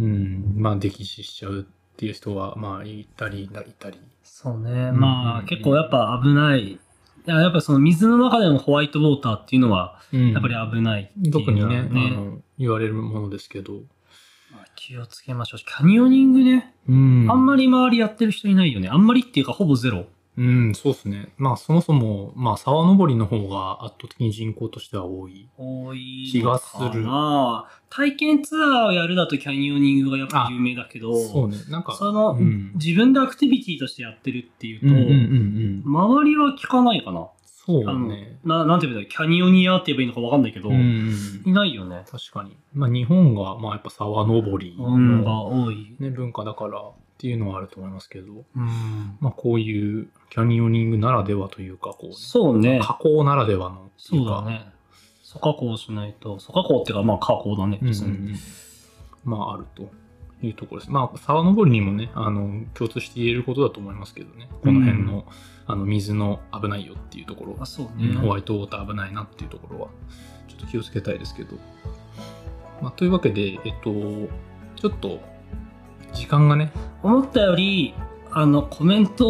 うん、まあ、溺死しちゃうっていう人は、まあ、いたり、いたり。
そうね。
ん
まあ結構やっぱ危ない。いややっぱその水の中でのホワイトウォーターっていうのは
うん
やっぱり危ないっていう
特に
のは
ね、あの、言われるものですけど。
まあ気をつけましょう。キャニオニングね。
うん
あんまり周りやってる人いないよね。あんまりっていうかほぼゼロ。
うん、そうですね。まあ、そもそも、まあ、沢登りの方が圧倒的に人口としては多い。
多い
気がする
な体験ツアーをやるだとキャニオニングがやっぱ有名だけど、
そうね。なんか、
その、
うん
自分でアクティビティとしてやってるっていうと、
うんうんうんうん。
周りは聞かないかな。
そうね。
ななんて言うんだろうキャニオニアって言えばいいのかわかんないけど、
うん。
いないよね。
確かに。まあ、日本が、まあ、やっぱ沢登り
うん、
の、
が多い。
ね、文化だからっていうのはあると思いますけど、
うん。
まあ、こういうキャニオニングならではというか、こうね、
そうね。
加工ならではのってい
そうう
か
だね。蘇加工しないと、蘇加工っていうかまあ加工だね。
うんうん
別に
まああるというところですまあ沢登りにもねあの共通して言えることだと思いますけどねこの辺の,、あの水の危ないよっていうところ
あ、そう
う
ね
ん。ホワイトウォーター危ないなっていうところはちょっと気をつけたいですけど、まあ、というわけでえっとちょっと時間が ね
思ったより、あの、コメント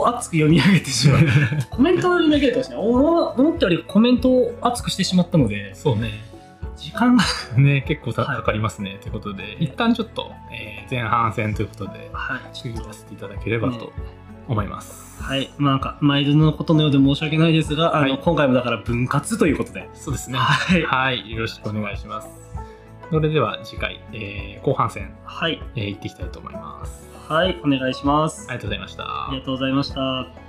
を熱く読み上げて しまう。コメントを読み上げるとですね、おも思ったよりコメントを熱くしてしまったので、
そうね
時間が、
ね結構た
はい
かかりますね、ということで一旦ちょっと、えー前半戦ということで
はい、ち
区
ょっ
切
と
らせていただければと思います、
はい、まあなんか、毎度のことのようで申し訳ないですが、あの、
はい
今回もだから分割ということで。
そうですね
はい。
はい、よろしくお願いします。それでは次回、えー後半戦、
はい。
えー行っていきたいと思います。
はい、お願いします。
ありがとうございました。
ありがとうございました。